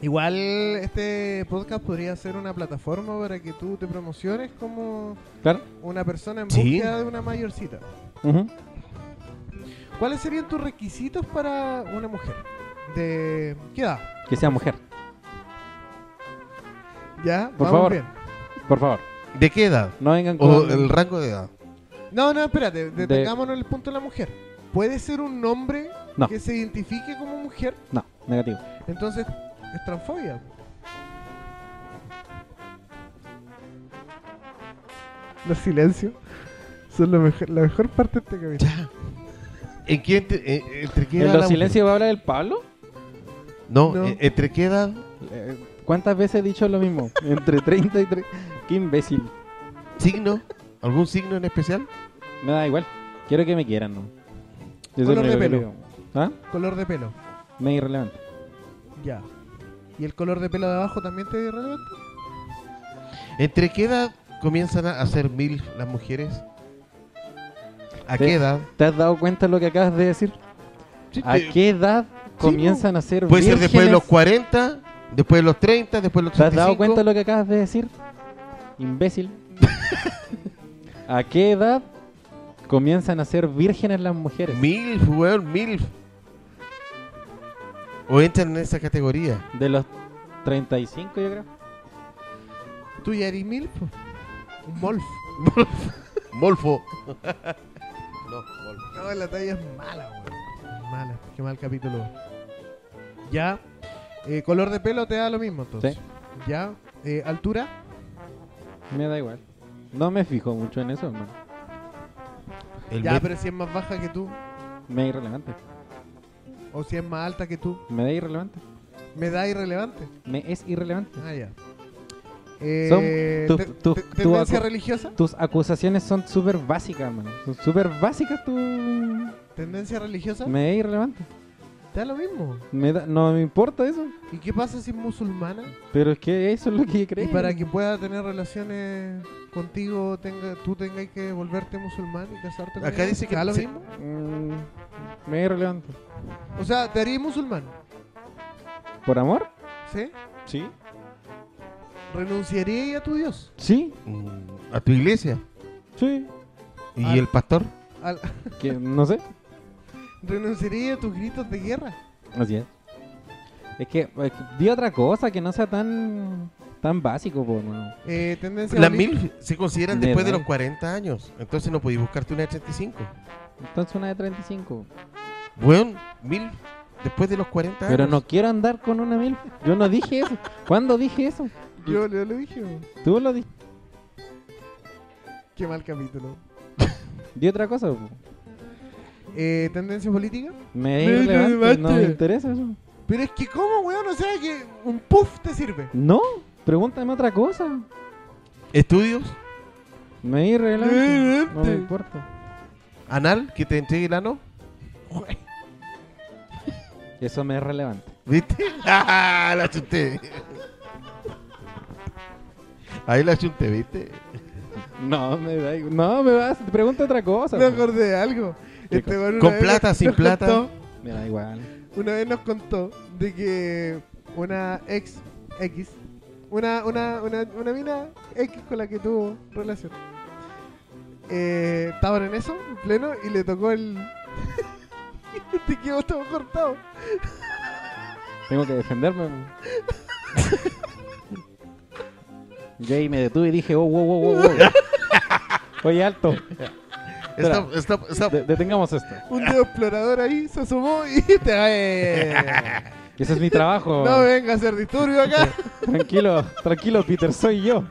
Speaker 2: Igual este podcast podría ser una plataforma para que tú te promociones como
Speaker 4: Claro.
Speaker 2: una persona en
Speaker 3: Sí.
Speaker 2: búsqueda de una mayorcita.
Speaker 4: Ujú.
Speaker 2: ¿Cuáles serían tus requisitos para una mujer? ¿De qué edad?
Speaker 4: Que sea mujer.
Speaker 2: ¿Ya?
Speaker 4: Por
Speaker 2: vamos
Speaker 4: favor.
Speaker 2: bien.
Speaker 4: Por favor.
Speaker 3: ¿De qué edad?
Speaker 4: No vengan con.
Speaker 3: O el rango de edad.
Speaker 2: No, no, espérate, detengámonos en el punto de la mujer. ¿Puede ser un nombre
Speaker 4: No.
Speaker 2: que se identifique como mujer?
Speaker 4: No, negativo.
Speaker 2: Entonces, es transfobia. Los silencios son lo mejor- la mejor parte de este capítulo.
Speaker 3: Ya. ¿En qué entre, eh, entre qué edad
Speaker 4: ¿En los
Speaker 3: la-
Speaker 4: silencios va a hablar el Pablo?
Speaker 3: No,
Speaker 2: No.
Speaker 3: eh, entre qué edad?
Speaker 4: Eh, ¿Cuántas veces he dicho lo mismo? Entre 30 y 30. Qué imbécil.
Speaker 3: ¿Signo? ¿Algún signo en especial?
Speaker 4: Me da igual. Quiero que me quieran, ¿no? Yo
Speaker 2: Color de
Speaker 4: único que
Speaker 2: pelo.
Speaker 4: digo. ¿Ah?
Speaker 2: Color de pelo.
Speaker 4: Me es irrelevante.
Speaker 2: Ya. ¿Y el color de pelo de abajo también te es relevante?
Speaker 3: ¿Entre qué edad comienzan a hacer mil las mujeres? ¿A
Speaker 4: Te-
Speaker 3: qué edad?
Speaker 4: ¿Te has dado cuenta de lo que acabas de decir? ¿A qué edad comienzan a ser
Speaker 3: Puede ser
Speaker 4: vírgenes?
Speaker 3: después de los 40, después de los 30, después de los
Speaker 4: ¿Te has
Speaker 3: 35.
Speaker 4: dado cuenta de lo que acabas de decir? Imbécil. ¿A qué edad comienzan a ser vírgenes las mujeres?
Speaker 3: Mil, weón, mil. O entran en esa categoría.
Speaker 4: De los 35, yo creo.
Speaker 2: ¿Tú ya eres mil? po? Un molf.
Speaker 3: Molfo. no, Molfo.
Speaker 2: No, la talla es mala, weón. Mala. Qué mal capítulo. Ya. Eh, color de pelo te da lo mismo, entonces.
Speaker 4: Sí.
Speaker 2: Ya. Eh, altura.
Speaker 4: Me da igual. No me fijo mucho en eso, hermano.
Speaker 3: El
Speaker 2: ya,
Speaker 3: met-
Speaker 2: pero si es más baja que tú.
Speaker 4: Me da irrelevante.
Speaker 2: O si es más alta que tú.
Speaker 4: Me da irrelevante.
Speaker 2: Me da irrelevante.
Speaker 4: Me es irrelevante.
Speaker 2: Ah, ya. Eh,
Speaker 4: Son
Speaker 2: te-
Speaker 4: tu- tu-
Speaker 2: te-
Speaker 4: tu
Speaker 2: ¿Tendencia
Speaker 4: acu-
Speaker 2: religiosa?
Speaker 4: Tus acusaciones son súper básicas, mano. Son súper básicas tú. Me
Speaker 2: ¿Tendencia religiosa?
Speaker 4: da irrelevante.
Speaker 2: Te da lo mismo.
Speaker 4: Me da- No me importa eso.
Speaker 2: ¿Y qué pasa si es musulmana?
Speaker 4: Pero es que eso es lo que
Speaker 2: Y
Speaker 4: creen.
Speaker 2: para que pueda tener relaciones contigo, tenga, tú tengas que volverte musulmán y casarte con
Speaker 3: Acá
Speaker 2: ella.
Speaker 3: dice que
Speaker 2: ¿Te da lo
Speaker 3: se-
Speaker 2: mismo?
Speaker 4: Mm, me da irrelevante.
Speaker 2: O sea, te harías musulmán,
Speaker 4: ¿Por amor?
Speaker 2: ¿sí?
Speaker 4: Sí.
Speaker 2: ¿Renunciaría a tu Dios?
Speaker 4: ¿Sí?
Speaker 3: Mm, ¿A tu iglesia?
Speaker 4: Sí.
Speaker 3: ¿Y
Speaker 2: Al-
Speaker 3: el pastor?
Speaker 2: Al-
Speaker 4: Que no sé.
Speaker 2: ¿Renunciaría a tus gritos de guerra?
Speaker 4: Así es. Es que, es que di otra cosa que no sea tan tan básico, po, hermano.
Speaker 2: Eh, tendencia
Speaker 3: Las
Speaker 2: bolí-
Speaker 3: mil se consideran
Speaker 4: De
Speaker 3: después de
Speaker 4: verdad.
Speaker 3: los 40 años. Entonces no podéis buscarte una de 35.
Speaker 4: Entonces una de 35.
Speaker 3: Weón, mil después de los 40
Speaker 4: Pero
Speaker 3: años.
Speaker 4: no quiero andar con una mil. Yo no dije eso. ¿Cuándo dije eso?
Speaker 2: Yo, yo lo dije. bo.
Speaker 4: Tú lo dijiste.
Speaker 2: Qué mal capítulo.
Speaker 4: Di otra cosa, po.
Speaker 2: Eh, tendencia política.
Speaker 4: Me
Speaker 2: Me
Speaker 4: es irrelevante, no me
Speaker 2: irrelevante.
Speaker 4: interesa eso.
Speaker 2: Pero es que, ¿cómo, weón? O sea, que un puff te sirve.
Speaker 4: No, pregúntame otra cosa.
Speaker 3: Estudios,
Speaker 4: Me es irrelevante. No me
Speaker 2: Irrelevante.
Speaker 4: importa.
Speaker 3: anal, que te entregue el ano.
Speaker 4: Eso me es relevante.
Speaker 3: ¿Viste? ¡Ah! La chunté. Ahí la chunté, ¿viste?
Speaker 4: No, me da igual. No, me vas. Pregunta otra cosa.
Speaker 2: Me
Speaker 4: po.
Speaker 2: acordé de algo.
Speaker 4: ¿Qué
Speaker 2: Este weón una
Speaker 3: ¿Con
Speaker 2: vez
Speaker 3: plata,
Speaker 2: nos-
Speaker 3: sin
Speaker 2: nos
Speaker 3: plata?
Speaker 2: contó-
Speaker 4: pues. Me da igual.
Speaker 2: una vez nos contó de que una ex X, una, una, una, una mina X con la que tuvo relación, eh, estaban en eso, en pleno, y le tocó el. Te quedó todo cortado.
Speaker 4: Tengo que defenderme. po. Yo ahí me detuve y dije, oh, wow, wow, wow, wow. Oye, alto. Espera.
Speaker 3: Stop, stop, stop.
Speaker 4: de- detengamos esto.
Speaker 2: Un dedo explorador ahí se asomó y te. ¡Eh!
Speaker 4: Ese es mi trabajo.
Speaker 3: Oh.
Speaker 2: No venga a hacer disturbio acá.
Speaker 4: Tranquilo, tranquilo, Peter, soy yo.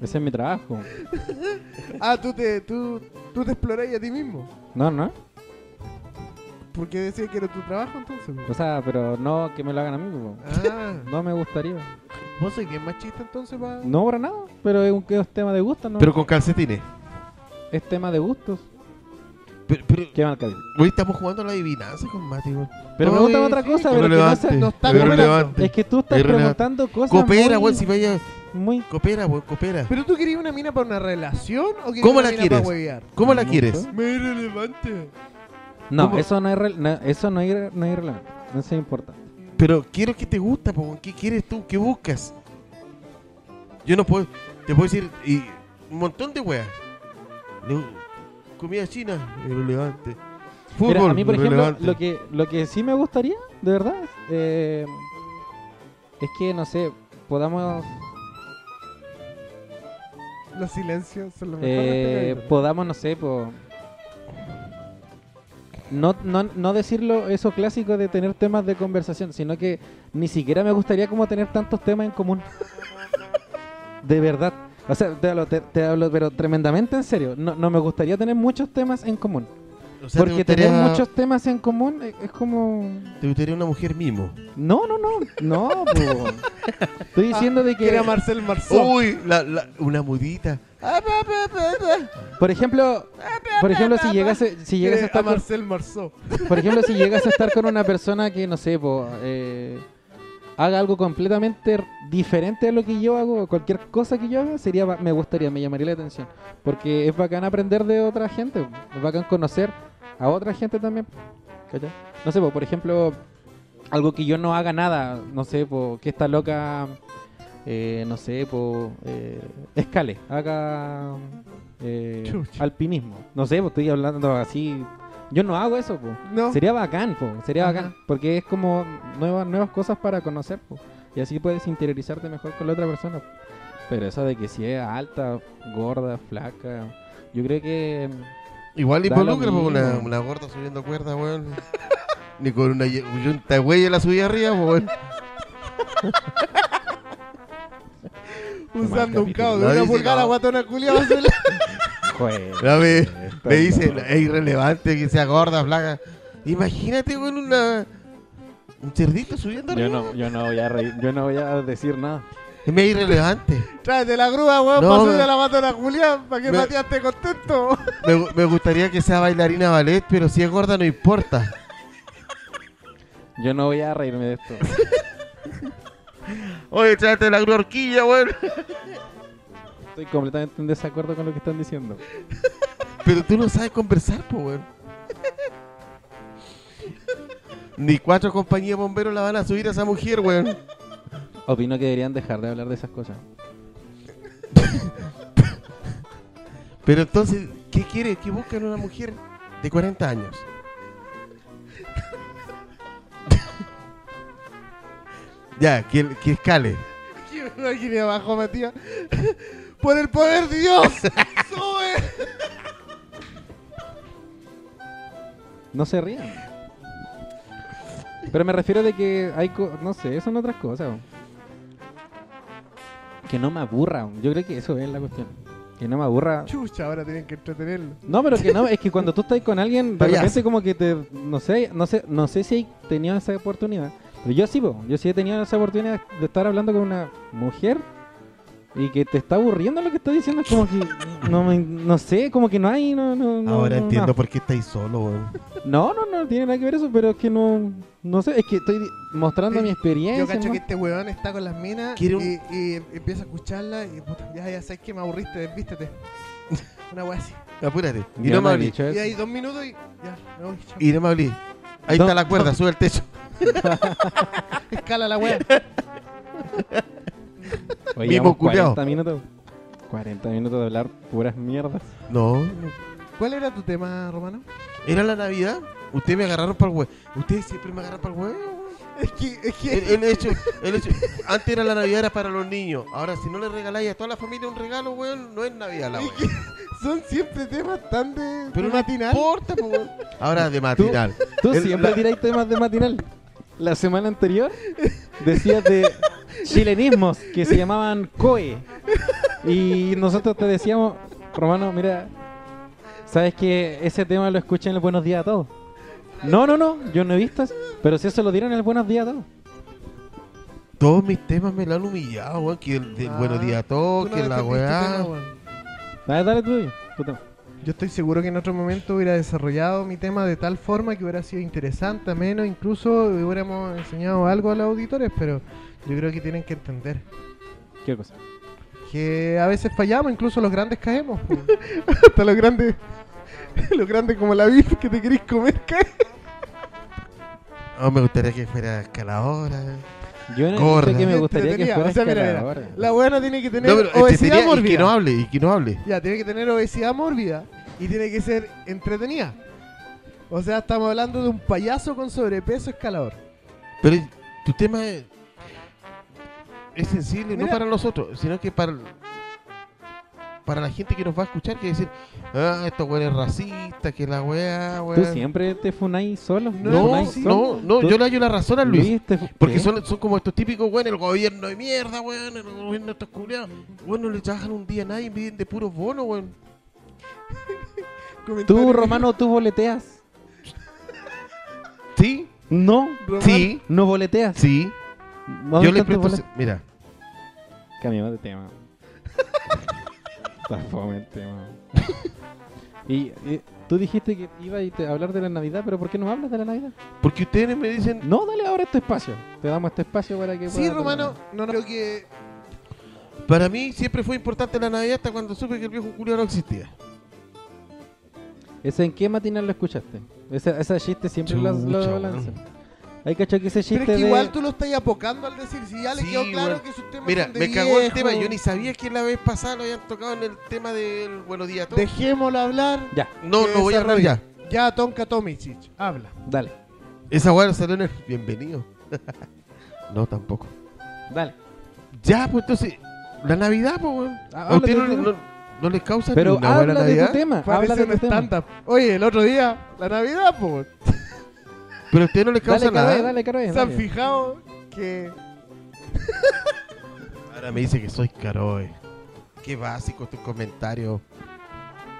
Speaker 4: Ese es mi trabajo.
Speaker 2: Ah, tú te, tú, tú te exploráis a ti mismo.
Speaker 4: No, no.
Speaker 2: Porque decías que era tu trabajo entonces.
Speaker 3: Pues
Speaker 4: O sea, pero no que me lo hagan a mí. po.
Speaker 2: Ah,
Speaker 4: No me gustaría.
Speaker 2: vos sois bien machista entonces, pa.
Speaker 4: No, para nada. Pero es un que es tema de gusto, ¿no?
Speaker 3: Pero con calcetines.
Speaker 4: Es tema de gustos.
Speaker 3: Pero, pero,
Speaker 4: Qué mal cariño.
Speaker 3: hoy estamos jugando a la adivinanza con Mati. weón. eh,
Speaker 4: Pero
Speaker 2: Oye,
Speaker 4: pregúntame otra cosa.
Speaker 3: qué
Speaker 4: pero que no
Speaker 3: relevante,
Speaker 4: sea- no está
Speaker 2: qué
Speaker 4: como la-
Speaker 3: relevante.
Speaker 4: Es que tú estás
Speaker 3: Qué relevante.
Speaker 4: preguntando cosas
Speaker 3: Coopera,
Speaker 4: muy,
Speaker 3: weón, si vaya.
Speaker 4: muy...
Speaker 3: Coopera, weón, coopera.
Speaker 2: ¿Pero tú querías una mina para una relación o querías
Speaker 3: ¿Cómo
Speaker 2: una
Speaker 3: la
Speaker 2: mina para
Speaker 3: quieres?
Speaker 2: huevear?
Speaker 3: ¿Cómo la
Speaker 4: No
Speaker 3: quieres?
Speaker 4: sé.
Speaker 2: Me irrelevante.
Speaker 4: No,
Speaker 3: ¿Cómo?
Speaker 4: eso no es rel- no, eso no es, no es relevante. No es importante.
Speaker 3: Pero quiero que te gusta, po, weón. ¿qué quieres tú? ¿Qué buscas? Yo no puedo, te puedo decir y, un montón de weas. Le- comida china, irrelevante. Fútbol,
Speaker 4: Mira, a mí, por ejemplo,
Speaker 3: irrelevante.
Speaker 4: lo que, lo que sí me gustaría, de verdad, eh, es que, no sé, podamos
Speaker 2: Los silencios son los mejores.
Speaker 4: eh,
Speaker 2: pegadores.
Speaker 4: podamos, no sé, po- no, no, no decirlo eso clásico de tener temas de conversación, sino que ni siquiera me gustaría como tener tantos temas en común. de verdad. O sea, te hablo, te, te hablo, pero tremendamente en serio. No, no me gustaría tener muchos temas en común.
Speaker 3: O sea,
Speaker 4: porque
Speaker 3: te gustaría,
Speaker 4: tener muchos temas en común e, es, es como...
Speaker 3: te gustaría una mujer mimo.
Speaker 4: No, no, no. No, po. Estoy diciendo
Speaker 3: Ah,
Speaker 4: de
Speaker 2: Que
Speaker 4: que...
Speaker 2: era Marcel
Speaker 4: Oh.
Speaker 2: Marceau.
Speaker 3: Uy, la- la- una mudita.
Speaker 4: Por ejemplo,
Speaker 3: Ah,
Speaker 4: por ejemplo si llegase, si llegase a
Speaker 2: Eh, a
Speaker 4: estar con-
Speaker 2: Marcel Marceau.
Speaker 4: Por ejemplo, si llegas a estar con una persona que, no sé, po, eh, haga algo completamente r- diferente a lo que yo hago, cualquier cosa que yo haga, sería, ba- me gustaría, me llamaría la atención. Porque es bacán aprender de otra gente, po. es bacán conocer a otra gente también. ¿cachai? No sé, po, por ejemplo, algo que yo no haga nada, no sé, po, que esta loca, eh, no sé, po, eh, escale, haga eh,
Speaker 2: Chucha.
Speaker 4: alpinismo. No sé, po, estoy hablando así. Yo no hago eso, po.
Speaker 2: No.
Speaker 4: Sería bacán, po, sería
Speaker 2: Ajá.
Speaker 4: bacán, porque es como nuevas nuevas cosas para conocer, po, y así puedes interiorizarte mejor con la otra persona. Pero eso de que si es alta, gorda, flaca, yo creo que
Speaker 3: Igual
Speaker 4: Da lo
Speaker 3: involucra po, una,
Speaker 4: mismo.
Speaker 3: una gorda subiendo cuerda, weón. Ni con una ye- yunta de güey la subí arriba, po, weón.
Speaker 2: Usando
Speaker 4: capítulo.
Speaker 2: un cabo de
Speaker 3: No
Speaker 2: una
Speaker 3: dice
Speaker 2: pulgada,
Speaker 3: nada.
Speaker 2: guatona culiada. Marcel.
Speaker 4: joder,
Speaker 3: La ve-
Speaker 4: está
Speaker 3: le dicen,
Speaker 4: loco.
Speaker 3: es irrelevante que sea gorda, flaca. Imagínate con una. Un cerdito subiendo
Speaker 4: yo
Speaker 3: arriba.
Speaker 4: no yo no voy a reír, yo no voy a decir nada.
Speaker 3: Es medio irrelevante.
Speaker 2: Tráete la grúa, weón,
Speaker 3: No,
Speaker 2: para
Speaker 3: me-
Speaker 2: subir a la guatona culiada, para que
Speaker 3: me-
Speaker 2: Matías esté contento.
Speaker 3: Me, gu- me gustaría que sea bailarina ballet, pero si es gorda no importa.
Speaker 4: Yo no voy a reírme de esto.
Speaker 3: Oye, tráete la grúa horquilla, weón.
Speaker 4: Estoy completamente en desacuerdo con lo que están diciendo.
Speaker 3: Pero tú no sabes conversar, po, weón. Ni cuatro compañías de bomberos la van a subir a esa mujer, weón.
Speaker 4: Opino que deberían dejar de hablar de esas cosas.
Speaker 3: Pero entonces, ¿qué quiere? ¿Qué busca en una mujer de 40 años? ya, que, que escale.
Speaker 2: Imagínate abajo, Matías. Por el poder de Dios. Sube.
Speaker 4: No se rían. Pero me refiero de que hay... co- No sé, son otras cosas. weón. Que no me aburra. weón. Yo creo que eso es la cuestión. Que no me aburra.
Speaker 2: Chucha, ahora tienen que entretenerlo.
Speaker 4: No, pero que no, es que cuando tú estás con alguien, de
Speaker 3: Payaso.
Speaker 4: repente como que te, no sé, no sé, no sé si he tenido esa oportunidad. Pero yo sí, po, yo sí he tenido esa oportunidad de estar hablando con una mujer y que te está aburriendo lo que está diciendo, es como que no me- no sé, como que no hay, no, no, no,
Speaker 3: Ahora
Speaker 4: no,
Speaker 3: entiendo por qué estáis solo, weón.
Speaker 4: No. no, no, no tiene nada que ver eso, pero es que no, no sé, es que estoy mostrando
Speaker 2: Sí,
Speaker 4: mi experiencia.
Speaker 2: Yo cacho
Speaker 4: ¿no?
Speaker 2: que este weón está con las minas y,
Speaker 3: Quiere un-
Speaker 2: y empieza a escucharla y puta, ya, ya sabes que me aburriste, desvístete. Una wea así.
Speaker 3: Apúrate. Y
Speaker 4: Yo
Speaker 3: no me
Speaker 4: he
Speaker 3: hablé.
Speaker 4: dicho
Speaker 2: Y
Speaker 4: eso.
Speaker 2: ahí dos minutos y ya, me voy. chao.
Speaker 3: Y no me hablé. Ahí
Speaker 4: No,
Speaker 3: está la cuerda, sube el techo.
Speaker 2: Escala la wea.
Speaker 4: Oye,
Speaker 3: mismo
Speaker 4: llevamos 40
Speaker 3: culiao.
Speaker 4: minutos. 40 minutos de hablar puras mierdas.
Speaker 3: No.
Speaker 2: ¿Cuál era tu tema, Romano?
Speaker 3: Era la Navidad. Ustedes me agarraron para el huevo. Ustedes siempre me agarran para el huevo. weón.
Speaker 2: Es que, es
Speaker 3: El,
Speaker 2: que.
Speaker 3: el hecho, el hecho. Antes era la Navidad era para los niños. Ahora, si no le regaláis a toda la familia un regalo, weón, no es Navidad la
Speaker 2: es
Speaker 3: weón.
Speaker 2: que son siempre temas tan de.
Speaker 3: Pero no
Speaker 2: de matinal.
Speaker 3: importa, po, weón. Ahora de matinal.
Speaker 4: Tú
Speaker 3: El-
Speaker 4: siempre
Speaker 3: la-
Speaker 4: tiráis temas de matinal. La semana anterior decías de chilenismos que se llamaban COE. Y nosotros te decíamos, Romano, mira, sabes que ese tema lo escuchan en el Buenos Días a Todos. No, no, no, yo no he visto eso, pero si eso lo dieron en el Buenos Días a Todos.
Speaker 3: Todos mis temas me lo han humillado, weón. Que el del
Speaker 2: Ah,
Speaker 3: buenos días a
Speaker 2: Tú
Speaker 3: todos,
Speaker 2: no
Speaker 3: que la
Speaker 2: defendiste
Speaker 3: weá.
Speaker 2: tema, weón.
Speaker 4: Dale, Ah, dale tuyo, tu tema.
Speaker 2: Yo estoy seguro que en otro momento hubiera desarrollado mi tema de tal forma que hubiera sido interesante, menos incluso hubiéramos enseñado algo a los auditores, pero yo creo que tienen que entender
Speaker 4: ¿Qué cosa?
Speaker 2: que a veces fallamos, incluso los grandes caemos. po. Hasta los grandes, los grandes como la bif que te querés comer caen.
Speaker 3: Ah, me gustaría que fuera escaladora.
Speaker 4: Yo no
Speaker 3: Gorda.
Speaker 4: dije que me gustaría que
Speaker 2: Entretenida,
Speaker 4: fuera
Speaker 2: o sea, mira, mira,
Speaker 4: escaladora.
Speaker 2: La buena tiene que tener
Speaker 3: No, pero
Speaker 2: obesidad
Speaker 3: entretenida y que
Speaker 2: mórbida.
Speaker 3: no hable, y que no hable.
Speaker 2: Ya, tiene que tener obesidad mórbida y tiene que ser entretenida. O sea, estamos hablando de un payaso con sobrepeso escalador.
Speaker 3: Pero tu tema es, es sensible, no
Speaker 2: Mira.
Speaker 3: para nosotros, sino que para, para la gente que nos va a escuchar, que decir, ah, esto weón es racista, que la weá,
Speaker 4: Tú
Speaker 3: weón.
Speaker 4: siempre te funáis solo. te
Speaker 3: No,
Speaker 4: funáis
Speaker 3: no,
Speaker 4: solo.
Speaker 3: no,
Speaker 4: Tú- ¿eh?
Speaker 3: yo le doy la razón a Luis.
Speaker 4: te fu-
Speaker 3: Porque
Speaker 4: ¿Qué?
Speaker 3: son, son como estos típicos, weón, el gobierno de mierda, weón, el gobierno de estos culiados. Weón, no le trabajan un día a nadie, viven de puros bonos, weón.
Speaker 4: Tú, Romano, tú boleteas.
Speaker 3: Sí,
Speaker 4: No,
Speaker 3: sí,
Speaker 4: no boleteas.
Speaker 3: sí.
Speaker 4: Vamos
Speaker 3: Yo le
Speaker 4: con tu
Speaker 3: presto,
Speaker 4: bolet-
Speaker 3: mira,
Speaker 4: Cambiamos de tema. Está fome el tema. y, y tú dijiste que iba a te- a hablar de la Navidad, pero ¿por qué no hablas de la Navidad?
Speaker 3: porque ustedes me dicen,
Speaker 4: No, dale ahora este espacio. Te damos este espacio para que
Speaker 2: Sí,
Speaker 4: puedas hablar de la
Speaker 2: Romano,
Speaker 4: Navidad.
Speaker 2: no, no, creo que
Speaker 3: Para mí siempre fue importante la Navidad hasta cuando supe que el viejo Julio no existía.
Speaker 4: ¿Ese en qué matinal lo escuchaste? Ese, ese chiste siempre lo, lo
Speaker 3: Chucha,
Speaker 4: lanzan. Hay cachado que ese chiste
Speaker 2: Pero es que
Speaker 4: de-
Speaker 2: igual tú lo estás apocando al decir, si ya le
Speaker 3: Sí,
Speaker 2: quedó claro
Speaker 3: weón.
Speaker 2: que sus temas
Speaker 3: Mira,
Speaker 2: son de
Speaker 3: me cagó el
Speaker 2: viejo.
Speaker 3: tema. Yo ni sabía que la vez pasada lo habían tocado en el tema del Buenos Días a todos.
Speaker 2: Dejémoslo hablar.
Speaker 4: Ya,
Speaker 3: No,
Speaker 2: que
Speaker 3: no voy a hablar ya.
Speaker 2: Ya, Tonka Tomicic, habla.
Speaker 4: dale,
Speaker 3: Esa weá salió en el bienvenido. no, tampoco.
Speaker 4: dale.
Speaker 3: Ya, pues entonces, la Navidad, pues, weón.
Speaker 4: Ah,
Speaker 3: A ustedes no,
Speaker 4: háblate de-
Speaker 3: no- no les causa
Speaker 4: Pero
Speaker 3: ni una buena
Speaker 4: habla de
Speaker 3: Navidad.
Speaker 4: tu tema. Habla
Speaker 2: Parece
Speaker 4: de
Speaker 2: un
Speaker 4: tu tema.
Speaker 2: stand-up. Oye, el otro día, la Navidad, po.
Speaker 3: Pero a ustedes no les causa
Speaker 4: Dale,
Speaker 3: nada.
Speaker 2: ¿eh?
Speaker 4: Caroe, dale, Caroe,
Speaker 2: ¿Se han
Speaker 4: dale.
Speaker 2: fijado que
Speaker 3: Ahora me dice que soy caroe. Qué básico tus comentarios.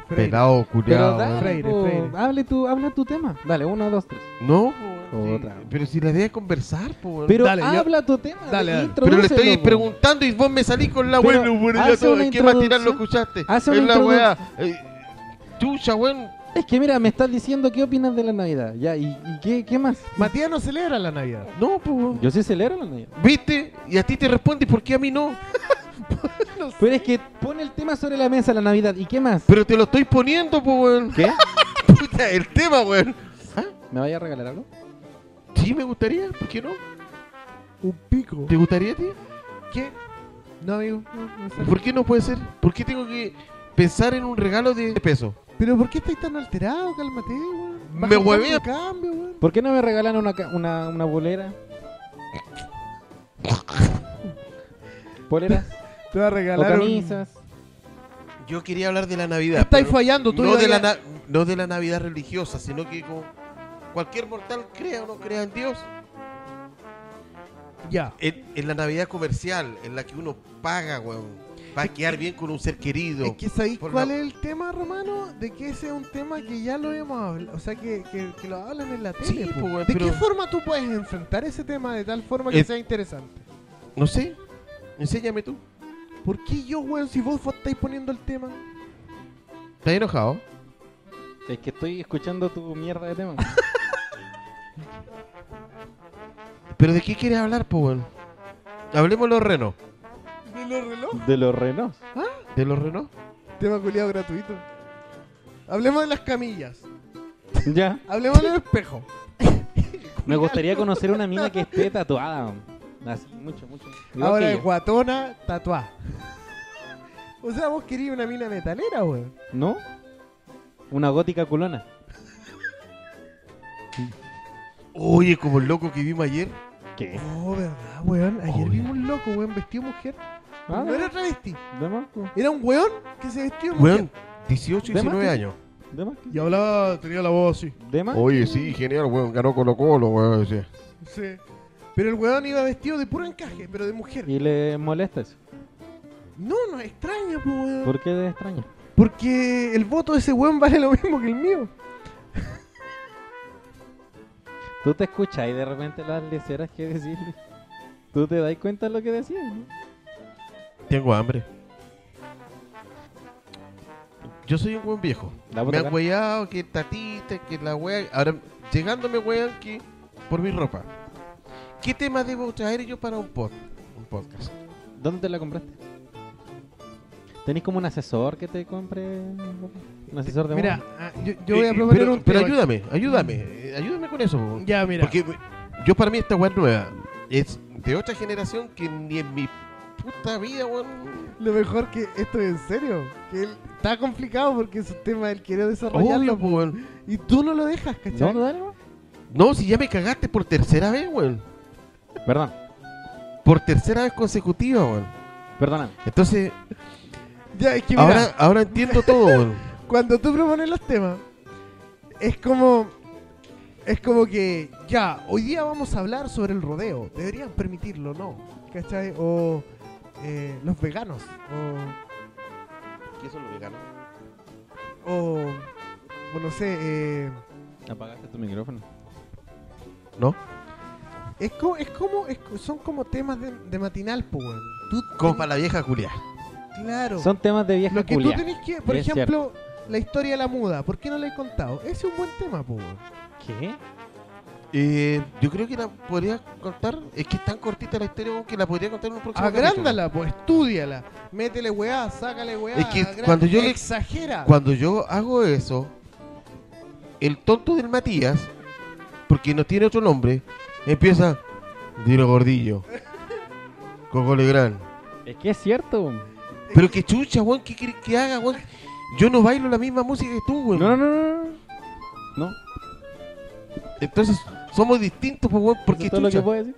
Speaker 2: Freire,
Speaker 3: Pelado,
Speaker 4: Pero
Speaker 3: culiado.
Speaker 4: dale,
Speaker 2: Freire,
Speaker 4: po,
Speaker 2: Freire.
Speaker 4: hable tu, habla tu tema. Dale, uno, dos, tres.
Speaker 3: No, pues, weón, sí.
Speaker 4: Otra.
Speaker 3: pero si la idea es conversar, pues. weón.
Speaker 4: Pero
Speaker 2: Dale, yo-
Speaker 4: habla tu tema.
Speaker 2: Dale, dale.
Speaker 3: Pero le estoy
Speaker 4: introdúcelo, po.
Speaker 3: preguntando y vos me salís con la
Speaker 4: Pero
Speaker 3: weá. Bueno, ya
Speaker 4: hace
Speaker 3: todo.
Speaker 4: una
Speaker 3: ¿En qué matinal lo
Speaker 4: introducción.
Speaker 3: escuchaste?
Speaker 4: Hace
Speaker 3: Es
Speaker 4: una
Speaker 3: la weá. Eh, Chucha, weón.
Speaker 4: Es que mira, me estás diciendo qué opinas de la Navidad. Ya, ¿y, y qué, qué más?
Speaker 2: Matías no celebra la Navidad.
Speaker 3: No, pues. weón.
Speaker 4: Yo sí celebro la Navidad.
Speaker 3: ¿Viste? Y a ti te responde, ¿por qué a mí no?
Speaker 4: Pero es que pone el tema sobre la mesa la Navidad. ¿Y qué más?
Speaker 3: Pero te lo estoy poniendo, pues, weón.
Speaker 4: ¿Qué?
Speaker 3: Puta, el tema, weón. ¿Ah?
Speaker 4: ¿Me vaya a regalar algo?
Speaker 3: Sí, me gustaría, ¿por qué no?
Speaker 2: Un pico.
Speaker 3: ¿Te gustaría a ti?
Speaker 2: ¿Qué? No, amigo. no, no sé.
Speaker 3: ¿Por qué no puede ser? ¿Por qué tengo que pensar en un regalo de peso?
Speaker 2: ¿Pero por qué estáis tan alterado? Cálmate, weón.
Speaker 3: Me huevea.
Speaker 2: el cambio, weón.
Speaker 4: ¿Por qué no me regalan una, ca- una, una bolera? ¿Poleras?
Speaker 2: Te va a
Speaker 4: ¿O
Speaker 2: regalar un...
Speaker 4: camisas?
Speaker 3: Yo quería hablar de la Navidad.
Speaker 2: Estáis
Speaker 3: pero
Speaker 2: fallando, tú
Speaker 3: no,
Speaker 2: ibas
Speaker 3: de la
Speaker 2: a-
Speaker 3: na- no de la Navidad religiosa, sino que como cualquier mortal crea o no crea en Dios.
Speaker 2: Ya.
Speaker 3: En, en la Navidad comercial, en la que uno paga, weón. Va a quedar bien con un ser querido.
Speaker 2: Es que sabéis
Speaker 3: Por
Speaker 2: cuál
Speaker 3: la-
Speaker 2: es el tema, Romano, de que ese es un tema que ya lo hemos hablado, o sea, que, que, que lo hablan en la
Speaker 3: Sí,
Speaker 2: tele. po.
Speaker 3: po, weón,
Speaker 2: ¿De
Speaker 3: pero-
Speaker 2: qué forma tú puedes enfrentar ese tema de tal forma que
Speaker 3: Es-
Speaker 2: sea interesante?
Speaker 3: No sé. Enséñame tú.
Speaker 2: ¿Por qué yo, weón, si vos estáis poniendo el tema?
Speaker 3: ¿Estás enojado?
Speaker 4: Es que estoy escuchando tu mierda de tema.
Speaker 3: ¿Pero de qué quieres hablar, po, weón? Hablemos de los renos.
Speaker 2: ¿De los relojes?
Speaker 4: De los renos.
Speaker 3: ¿De los renos?
Speaker 2: Tema culiado gratuito. Hablemos de las camillas.
Speaker 4: Ya.
Speaker 2: Hablemos del espejo.
Speaker 4: Me gustaría conocer una mina que esté tatuada. Así, mucho, mucho. Igual
Speaker 2: Ahora
Speaker 4: que
Speaker 2: es
Speaker 4: yo.
Speaker 2: guatona, tatuá. O sea, vos querías una mina metalera, weón.
Speaker 4: ¿No? Una gótica culona.
Speaker 3: Oye, como el loco que vimos ayer.
Speaker 4: ¿Qué?
Speaker 2: Oh, verdad, weón. Ayer
Speaker 3: Obvio.
Speaker 2: vimos un loco, weón, vestido de mujer.
Speaker 4: Ah,
Speaker 2: no era travesti.
Speaker 4: de más, po.
Speaker 2: Era un weón que se vestió de
Speaker 3: Weón,
Speaker 2: mujer.
Speaker 3: 18,
Speaker 4: ¿De
Speaker 3: 19
Speaker 4: más?
Speaker 3: años.
Speaker 4: de más,
Speaker 2: Y hablaba, tenía la voz así.
Speaker 4: de más.
Speaker 3: Oye, sí, genial, weón. Ganó Colo Colo, weón. sí.
Speaker 2: Sí. Pero el weón iba vestido de puro encaje, pero de mujer.
Speaker 4: Y le molesta eso.
Speaker 2: No, no, extraña, po, weón.
Speaker 4: ¿Por qué te extraña?
Speaker 2: Porque el voto de ese weón vale lo mismo que el mío.
Speaker 4: Tú te escuchas y de repente las leceras que decirle. Tú te das cuenta de lo que decías. ¿no?
Speaker 3: Tengo hambre. Yo soy un buen viejo.
Speaker 4: La
Speaker 3: Me
Speaker 4: puta
Speaker 3: han
Speaker 4: cara.
Speaker 3: hueado que tatita, que la wea. Ahora, llegando me huean que por mi ropa. ¿Qué tema debo traer yo para un, pod, un podcast?
Speaker 4: ¿Dónde te la compraste? ¿Tenés como un asesor que te compre? ¿Un asesor de
Speaker 2: Mira,
Speaker 4: moda?
Speaker 2: ah, yo, yo voy
Speaker 3: Eh,
Speaker 2: a
Speaker 3: eh,
Speaker 2: proponer
Speaker 3: pero,
Speaker 2: un
Speaker 3: Pero
Speaker 2: tema. Mm.
Speaker 3: ayúdame, ayúdame, eh, ayúdame con eso. po.
Speaker 2: Ya, mira.
Speaker 3: Porque yo para mí esta wea es nueva. Es de otra generación que ni en mi puta vida, weón.
Speaker 2: Lo mejor que esto es en serio. Que él está complicado porque es un tema él quiere desarrollarlo.
Speaker 3: Obvio, po, weón.
Speaker 2: Y tú no lo dejas, ¿cachai?
Speaker 4: No, no, dale, weón.
Speaker 3: No, si ya me cagaste por tercera vez, weón.
Speaker 4: Perdón,
Speaker 3: Por tercera vez consecutiva, weón.
Speaker 4: perdóname.
Speaker 3: Entonces,
Speaker 2: Ya, es que mira,
Speaker 3: ahora, ahora entiendo todo, weón.
Speaker 2: cuando tú propones los temas, es como. Es como que, ya, hoy día vamos a hablar sobre el rodeo. Deberían permitirlo, ¿no? ¿Cachai? O eh, los veganos.
Speaker 3: ¿Qué son los veganos?
Speaker 2: O. O, o no sé. eh,
Speaker 4: Apagaste tu micrófono.
Speaker 2: es, co- es como. es co- son como temas de, de matinal, pues, weón. Tú
Speaker 3: Como
Speaker 2: tenés-
Speaker 3: para la vieja Julia.
Speaker 2: Claro.
Speaker 4: Son temas de vieja
Speaker 2: Lo que
Speaker 4: culia.
Speaker 2: tú tenés que, por
Speaker 4: Es
Speaker 2: ejemplo, la historia de la muda, ¿por qué no la he contado? Ese es un buen tema, pues.
Speaker 4: ¿Qué?
Speaker 3: Eh, yo creo que la podría contar. Es que es tan cortita la historia weón, que la podría contar en un próximo
Speaker 2: Agrándala, pues, estudiala, métele weá, sácale weá,
Speaker 3: Es que
Speaker 2: agranda-
Speaker 3: cuando yo le-
Speaker 2: exagera.
Speaker 3: capítulo. Cuando yo hago eso, el tonto del Matías, porque no tiene otro nombre, empieza. Dilo gordillo. Coco Legrand.
Speaker 4: Es que es cierto.
Speaker 3: Pero que chucha, weón, ¿qué quieres que haga, weón? Yo no bailo la misma música que tú,
Speaker 4: No,
Speaker 3: weón.
Speaker 4: no, no, no. no. No,
Speaker 3: Entonces, somos distintos, pues, weón,
Speaker 4: eso
Speaker 3: porque
Speaker 4: es todo lo que
Speaker 3: chucha.
Speaker 4: puedo decir.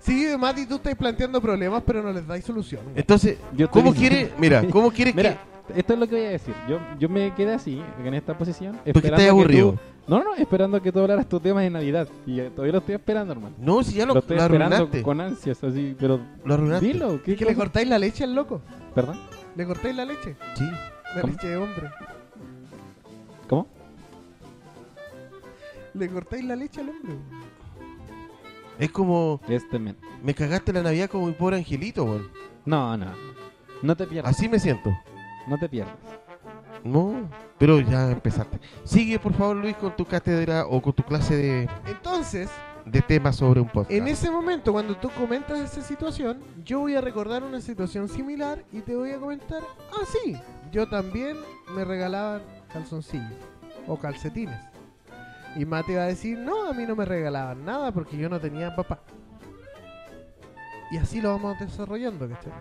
Speaker 2: Sí, Mati, tú estás planteando problemas, pero no les dais solución. weón.
Speaker 3: Entonces,
Speaker 4: Yo estoy
Speaker 3: ¿cómo
Speaker 4: diciendo-
Speaker 3: quiere? Mira, ¿cómo quiere
Speaker 4: Mira, esto es lo que voy a decir. Yo, yo me quedé así, en esta posición.
Speaker 3: que.? Porque
Speaker 4: esperando
Speaker 3: estás
Speaker 4: que
Speaker 3: aburrido.
Speaker 4: tú- No, no, esperando que tú hablaras tus temas de Navidad. Y eh, todavía lo estoy esperando, hermano.
Speaker 3: No, si ya lo,
Speaker 4: Lo estoy
Speaker 3: lo
Speaker 4: esperando
Speaker 3: arruinaste.
Speaker 4: con ansias, así, pero
Speaker 3: Lo arruinaste.
Speaker 4: dilo. ¿qué
Speaker 2: ¿Y que le
Speaker 4: cosa?
Speaker 2: cortáis la leche al loco?
Speaker 4: ¿Perdón?
Speaker 2: ¿Le cortáis la leche?
Speaker 3: Sí.
Speaker 2: La
Speaker 4: ¿Cómo?
Speaker 2: leche de hombre.
Speaker 4: ¿Cómo?
Speaker 2: ¿Le cortáis la leche al hombre? weón.
Speaker 3: Es como,
Speaker 4: Este men.
Speaker 3: me cagaste la Navidad como mi pobre angelito, weón.
Speaker 4: No, no. No te pierdas,
Speaker 3: Así me siento.
Speaker 4: no te pierdas.
Speaker 3: No, pero ya empezaste. Sigue, por favor, Luis, con tu cátedra o con tu clase de,
Speaker 2: Entonces,
Speaker 3: de temas sobre un podcast.
Speaker 2: en ese momento, cuando tú comentas esa situación, yo voy a recordar una situación similar y te voy a comentar, ah, sí, yo también me regalaban calzoncillos o calcetines. Y Mate va a decir, no, a mí no me regalaban nada porque yo no tenía papá. Y así lo vamos desarrollando, ¿cachai?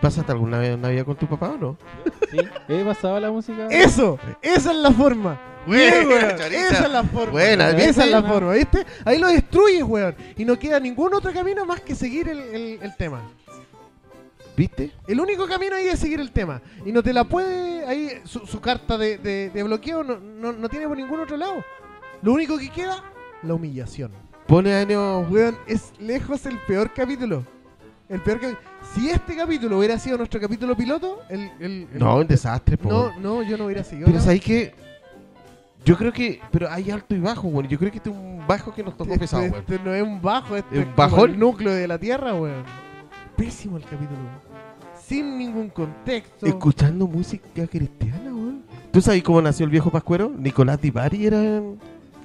Speaker 3: ¿Pasaste alguna vez Navidad con tu papá o no?
Speaker 4: Sí, he pasado la música.
Speaker 2: ¡Eso! ¡Esa es la forma! Bien, weón.
Speaker 3: choriza.
Speaker 2: ¡Esa es la forma!
Speaker 3: Buena,
Speaker 2: weón.
Speaker 3: bien,
Speaker 2: ¡Esa es la
Speaker 4: buena.
Speaker 2: forma! ¿Viste? Ahí lo destruyes, weón. Y no queda ningún otro camino más que seguir el, el- el tema.
Speaker 3: ¿Viste?
Speaker 2: El único camino ahí es seguir el tema. Y no te la puede... Ahí su, su carta de, de- de bloqueo no, no- no tiene por ningún otro lado. Lo único que queda, la humillación. Pues,
Speaker 3: Pone años, güey.
Speaker 2: Weón, es lejos el peor capítulo. El peor capi- Si este capítulo hubiera sido nuestro capítulo piloto, el... el- el-
Speaker 3: No, un desastre, po.
Speaker 2: no, no, yo no hubiera seguido.
Speaker 3: pero
Speaker 2: ¿no?
Speaker 3: ¿sabes qué? Yo creo que... Pero hay alto y bajo, güey. Yo creo que este es un bajo que nos tocó
Speaker 2: Este-
Speaker 3: pesado, güey.
Speaker 2: este no es un bajo, este
Speaker 3: ¿Es
Speaker 2: es
Speaker 3: un
Speaker 2: como
Speaker 3: bajón?
Speaker 2: el núcleo de la tierra, weón. Pésimo el capítulo. weón. Sin ningún contexto.
Speaker 3: este. Escuchando música cristiana, güey. ¿Tú sabes cómo nació el viejo pascuero? Nicolás Di Bari era...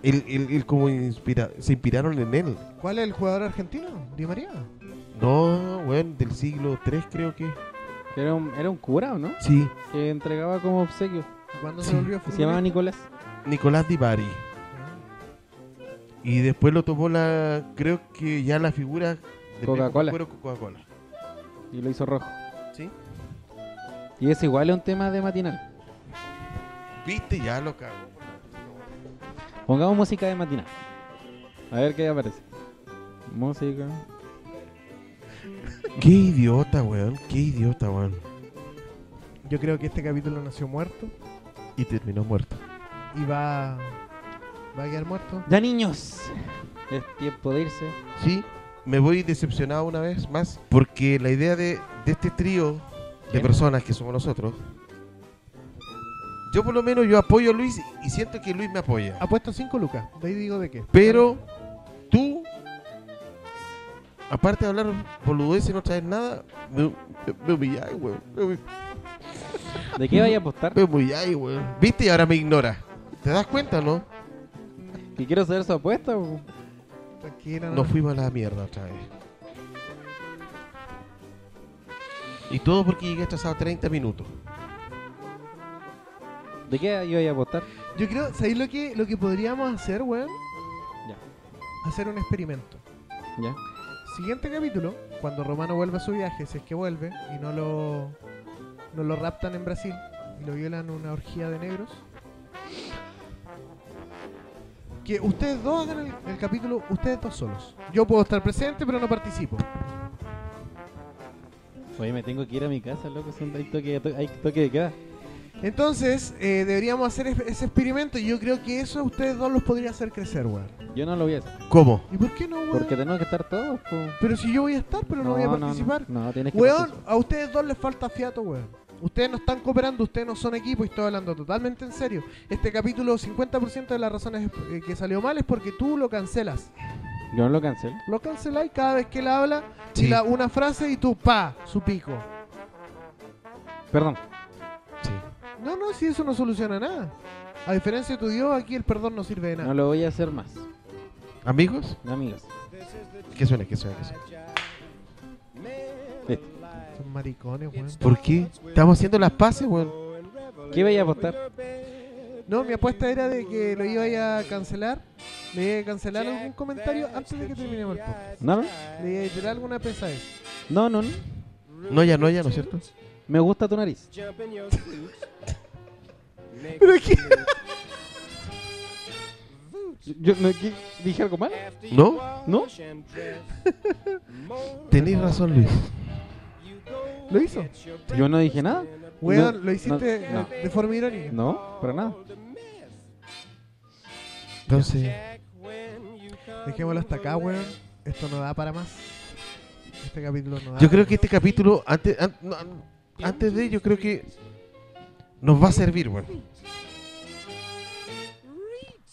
Speaker 3: El, el, el como inspira, se inspiraron en él.
Speaker 2: ¿Cuál es el jugador argentino? Di María.
Speaker 3: No, güey, del siglo III creo que.
Speaker 4: Era un, era un cura, ¿o ¿no?
Speaker 3: Sí,
Speaker 4: Que entregaba como obsequio.
Speaker 2: ¿Cuándo
Speaker 3: Sí,
Speaker 2: se volvió
Speaker 4: Se llamaba
Speaker 2: futbolista?
Speaker 4: Nicolás.
Speaker 3: Nicolás Di Bari. Y después lo tomó la... Creo que ya la figura... del viejo
Speaker 4: Coca-Cola.
Speaker 3: pascuero, Coca-Cola.
Speaker 4: Y lo hizo rojo.
Speaker 3: Sí.
Speaker 4: Y es igual es un tema de matinal.
Speaker 3: ¿Viste? Ya lo cago.
Speaker 4: Pongamos música de matinal. A ver qué aparece. Música.
Speaker 3: Qué idiota, weón. Qué idiota, weón.
Speaker 2: Yo creo que este capítulo nació muerto
Speaker 3: Y terminó muerto.
Speaker 2: y va, va a quedar muerto.
Speaker 4: Ya niños. Es tiempo de irse.
Speaker 3: Sí, me voy decepcionado una vez más porque la idea de, de este trío de
Speaker 4: Bien.
Speaker 3: personas que somos nosotros, yo por lo menos yo apoyo a Luis y siento que Luis me apoya.
Speaker 2: Apuesto 5 lucas. De ahí digo de qué.
Speaker 3: Pero tú, aparte de hablar boludeces y no traer nada, me, me, me humilláis, weón. Me, humi-
Speaker 4: ¿De qué vaya a apostar?
Speaker 3: me humilláis, weón. ¿Viste? Y ahora me ignora. ¿Te das cuenta, no?
Speaker 4: Que quiero saber su apuesta. po.
Speaker 2: Tranquila, no.
Speaker 3: Nos fuimos a la mierda otra vez. Y todo porque llegué atrasado 30 minutos.
Speaker 4: ¿De qué yo vaya a apostar?
Speaker 2: Yo creo, ¿sabéis lo que, lo que podríamos hacer, weón?
Speaker 4: Ya.
Speaker 2: Hacer un experimento.
Speaker 4: Ya.
Speaker 2: Siguiente capítulo, cuando Romano vuelva a su viaje, si es que vuelve, y no lo, no lo raptan en Brasil, y lo violan en una orgía de negros. Que ustedes dos hagan el, el capítulo, ustedes dos solos. Yo puedo estar presente, pero no participo.
Speaker 4: Oye, me tengo que ir a mi casa, loco. son- Hay toque, hay toque de queda.
Speaker 2: Entonces, eh, deberíamos hacer es- ese experimento, y yo creo que eso a ustedes dos los podría hacer crecer, weón.
Speaker 4: Yo no lo voy a hacer.
Speaker 3: ¿Cómo?
Speaker 2: ¿Y por qué no, weón?
Speaker 4: Porque tenemos que estar todos. po.
Speaker 2: Pero si yo voy a estar, pero no, voy a participar.
Speaker 4: No, no, tienes que
Speaker 2: Weón,
Speaker 4: participar.
Speaker 2: a ustedes dos les falta fiato, weón. Ustedes no están cooperando, ustedes no son equipo y estoy hablando totalmente en serio. Este capítulo, 50% de las razones eh, que salió mal es porque tú lo cancelas.
Speaker 4: Yo no lo cancelo.
Speaker 2: Lo canceláis cada vez que él habla,
Speaker 3: Sí.
Speaker 2: tira una frase y tú, pa, su pico.
Speaker 4: Perdón.
Speaker 3: Sí.
Speaker 2: No, no, si eso no soluciona nada. A diferencia de tu Dios, aquí el perdón no sirve de nada.
Speaker 4: No lo voy a hacer más.
Speaker 3: ¿Amigos?
Speaker 4: Amigos.
Speaker 3: ¿Qué suena? ¿Qué suena? ¿Qué suena?
Speaker 4: Listo.
Speaker 2: Son maricones, weón.
Speaker 3: ¿Por qué? Estamos haciendo las paces, weón.
Speaker 4: ¿Qué vaya a apostar?
Speaker 2: No, mi apuesta era de que lo iba a cancelar. Le iba a cancelar algún comentario antes de que terminemos el podcast.
Speaker 4: ¿No? no.
Speaker 2: Le iba a tirar alguna pesadez.
Speaker 4: No, no, no.
Speaker 3: No, ya, no, ya, ¿no es cierto?
Speaker 4: Me gusta tu nariz.
Speaker 2: Pero aquí
Speaker 4: Yo, no, ¿qué? ¿Dije algo mal?
Speaker 3: ¿No?
Speaker 4: ¿No?
Speaker 3: Tenéis razón, Luis.
Speaker 2: lo hizo.
Speaker 4: Yo no dije nada.
Speaker 2: Weón,
Speaker 4: No,
Speaker 2: lo hiciste
Speaker 4: no,
Speaker 2: eh, de forma irónica.
Speaker 4: No, para nada.
Speaker 3: Entonces,
Speaker 2: Dejémoslo hasta acá, weón. Esto no da para más. Este capítulo no da.
Speaker 3: yo
Speaker 2: para
Speaker 3: creo que este capítulo, antes, an- no, an- antes de, yo creo que nos va a servir, weón.
Speaker 2: más.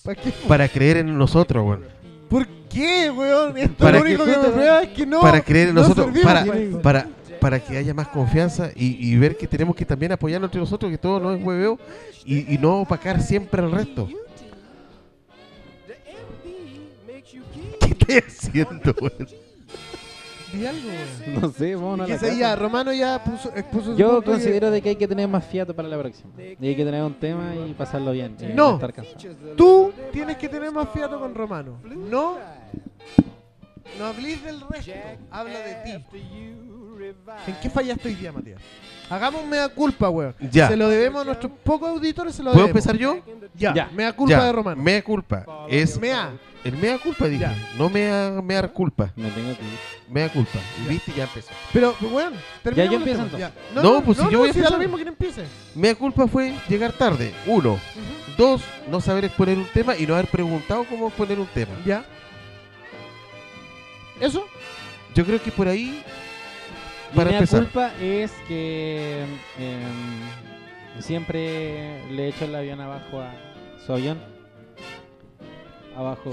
Speaker 2: ¿Para qué?
Speaker 3: Para creer en nosotros, weón.
Speaker 2: ¿Por qué, weón? Esto
Speaker 3: Para
Speaker 2: lo único
Speaker 3: que-
Speaker 2: que, me prueba es que no.
Speaker 3: para creer en
Speaker 2: no
Speaker 3: nosotros,
Speaker 2: servimos
Speaker 3: para,
Speaker 2: para esto.
Speaker 3: para, para que haya más confianza y, y ver que tenemos que también apoyarnos entre nosotros, que todo no es hueveo y, y no opacar siempre al resto. ¿Qué estoy haciendo, weón?
Speaker 2: Di algo, weón.
Speaker 4: No sé, vamos a la
Speaker 2: Y que se-
Speaker 4: casa.
Speaker 2: ya, Romano ya puso, expuso su
Speaker 4: Yo
Speaker 2: punto de-
Speaker 4: considero de que hay que tener más fiato para la próxima. Y hay que tener un tema y pasarlo bien. y
Speaker 2: No.
Speaker 4: estar cansado.
Speaker 2: Tú tienes que tener más fiato con Romano. No. No hables del resto, habla de ti. ¿En qué fallaste hoy día, Matías? Hagamos un mea culpa, weón.
Speaker 3: Ya.
Speaker 2: Se lo debemos a nuestros pocos auditores, se lo
Speaker 3: ¿Puedo
Speaker 2: debemos.
Speaker 3: empezar yo?
Speaker 2: Ya,
Speaker 4: Ya.
Speaker 2: mea culpa
Speaker 3: Ya,
Speaker 2: de Romano.
Speaker 3: Mea culpa. Es
Speaker 2: Mea.
Speaker 3: El mea culpa, dije.
Speaker 2: Ya.
Speaker 3: No mea, mea culpa.
Speaker 4: Me tengo que ir.
Speaker 3: Mea culpa. Y
Speaker 2: Ya.
Speaker 3: viste, ya empezó.
Speaker 2: Pero, weón, terminemos
Speaker 4: yo
Speaker 2: el
Speaker 4: empiezo
Speaker 2: tema,
Speaker 4: entonces.
Speaker 2: ya.
Speaker 3: No, pues si yo voy a
Speaker 2: si da lo
Speaker 3: empezar.
Speaker 2: mismo que empiece.
Speaker 3: Mea culpa fue llegar tarde. Uno.
Speaker 2: Ujú.
Speaker 3: Dos, no saber exponer un tema y no haber preguntado cómo exponer un tema.
Speaker 2: Ya. ¿Eso?
Speaker 3: Yo creo que por ahí.
Speaker 4: Mi
Speaker 3: Para
Speaker 4: mea
Speaker 3: empezar.
Speaker 4: culpa es que em, siempre le echo el avión abajo a su avión. Abajo.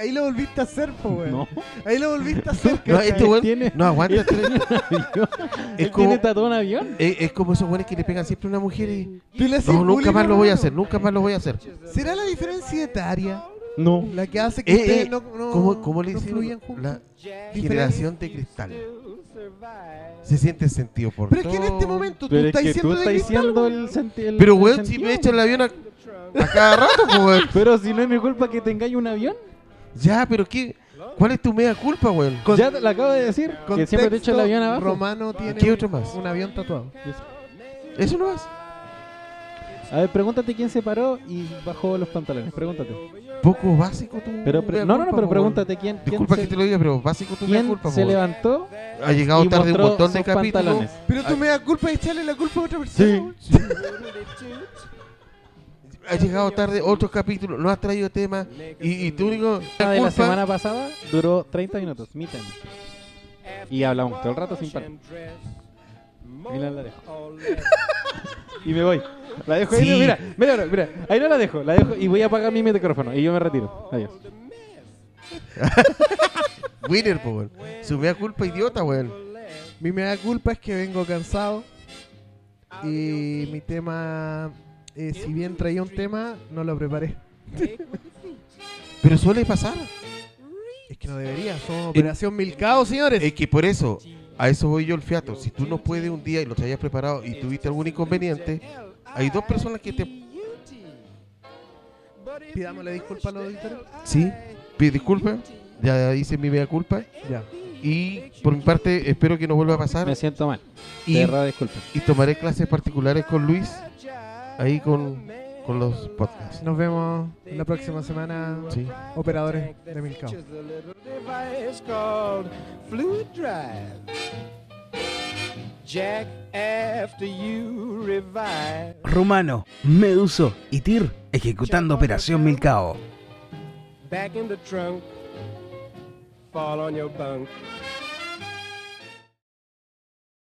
Speaker 2: Ahí lo volviste a hacer, po, weón.
Speaker 4: No.
Speaker 2: Ahí lo volviste a hacer.
Speaker 3: No,
Speaker 2: ¿cachai?
Speaker 3: este weón
Speaker 4: Tiene-
Speaker 3: no aguanta tres.
Speaker 4: Él
Speaker 3: es, como, eh,
Speaker 4: tiene tatuado un avión.
Speaker 3: es, es como esos güeyes que le pegan siempre a una mujer y.
Speaker 2: Tú le haces
Speaker 3: No, nunca
Speaker 2: bullying,
Speaker 3: más lo voy a
Speaker 2: Romano.
Speaker 3: hacer, nunca más lo voy a hacer.
Speaker 2: ¿Será la diferencia etaria
Speaker 4: No.
Speaker 2: la que hace que
Speaker 3: Eh,
Speaker 2: ustedes
Speaker 3: eh,
Speaker 2: no, no,
Speaker 3: ¿Cómo, cómo le
Speaker 2: no
Speaker 3: dicen?
Speaker 2: fluyan juntos?
Speaker 3: La generación de cristal. Se siente sentido por
Speaker 2: Pero es que en este
Speaker 3: todo.
Speaker 2: momento tú
Speaker 4: Pero es
Speaker 2: estás
Speaker 4: que tú
Speaker 2: diciendo de
Speaker 4: estás diciendo
Speaker 2: cristal,
Speaker 4: el sentido.
Speaker 3: Pero, weón, si me echa el avión a, a cada rato, po, weón.
Speaker 4: Pero si no es mi culpa que tengáis un avión.
Speaker 3: Ya, pero ¿qué? ¿Cuál es tu media culpa, weón?
Speaker 4: ya te lo acabo de decir. Que siempre te echo el avión abajo.
Speaker 2: Romano tiene
Speaker 3: ¿Qué otro más?
Speaker 2: un avión tatuado.
Speaker 3: Eso no es.
Speaker 4: A ver, pregúntate quién se paró y bajó los pantalones. Pregúntate.
Speaker 3: Poco básico tu.
Speaker 4: Pero pre-
Speaker 3: mea
Speaker 4: no, no, no,
Speaker 3: culpa, po,
Speaker 4: pero
Speaker 3: weón.
Speaker 4: pregúntate quién, quién
Speaker 3: Disculpa
Speaker 4: se,
Speaker 3: que te lo diga, pero básico tu mea
Speaker 4: quién
Speaker 3: culpa, po,
Speaker 4: se
Speaker 3: weón.
Speaker 4: levantó
Speaker 3: Ha llegado
Speaker 4: y
Speaker 3: tarde un
Speaker 4: mostró
Speaker 3: montón de
Speaker 4: sus
Speaker 3: capítulos.
Speaker 4: pantalones.
Speaker 2: Pero tú
Speaker 3: Ay.
Speaker 2: me das culpa de echarle la culpa a otra persona.
Speaker 4: Sí.
Speaker 3: Ha llegado tarde otros capítulos, no has traído temas. Y, y tu único.
Speaker 4: La de
Speaker 3: culpa-
Speaker 4: la semana pasada duró 30 minutos, mi tema. Y hablamos todo el rato sin parar. Mira, la dejo. y me voy. La dejo ahí,
Speaker 3: Sí.
Speaker 4: mira, mira, mira, ahí no la dejo, la dejo y voy a apagar mi micrófono y yo me retiro. Adiós.
Speaker 3: Winner, po, weón. Su mea culpa idiota, weón.
Speaker 2: Mi mea culpa es que vengo cansado. Y mi tema, eh, si bien traía un tema, no lo preparé.
Speaker 3: Pero suele pasar.
Speaker 2: Es que no debería, somos Operación Milcao, señores.
Speaker 3: Es que por eso, a eso voy yo el fiato. Si tú no puedes un día y lo traías preparado y tuviste algún inconveniente, este, hay dos personas que te.
Speaker 2: Pidámosle disculpas a los auditores.
Speaker 3: Sí, pide disculpa. Ya hice mi mea culpa.
Speaker 2: Ya.
Speaker 3: Y por mi parte, espero que no vuelva a
Speaker 4: Me
Speaker 3: pasar.
Speaker 4: siento mal. De
Speaker 3: Y,
Speaker 4: verdad, disculpen.
Speaker 3: y tomaré clases particulares con Luis. Ahí con, con los podcasts.
Speaker 2: Nos vemos la próxima semana,
Speaker 3: Sí.
Speaker 2: operadores de Milcao.
Speaker 5: Jack, after you revive.
Speaker 1: Romano, Meduso y Tyr ejecutando Operación Milcao.
Speaker 5: back in the trunk, fall on your bunk.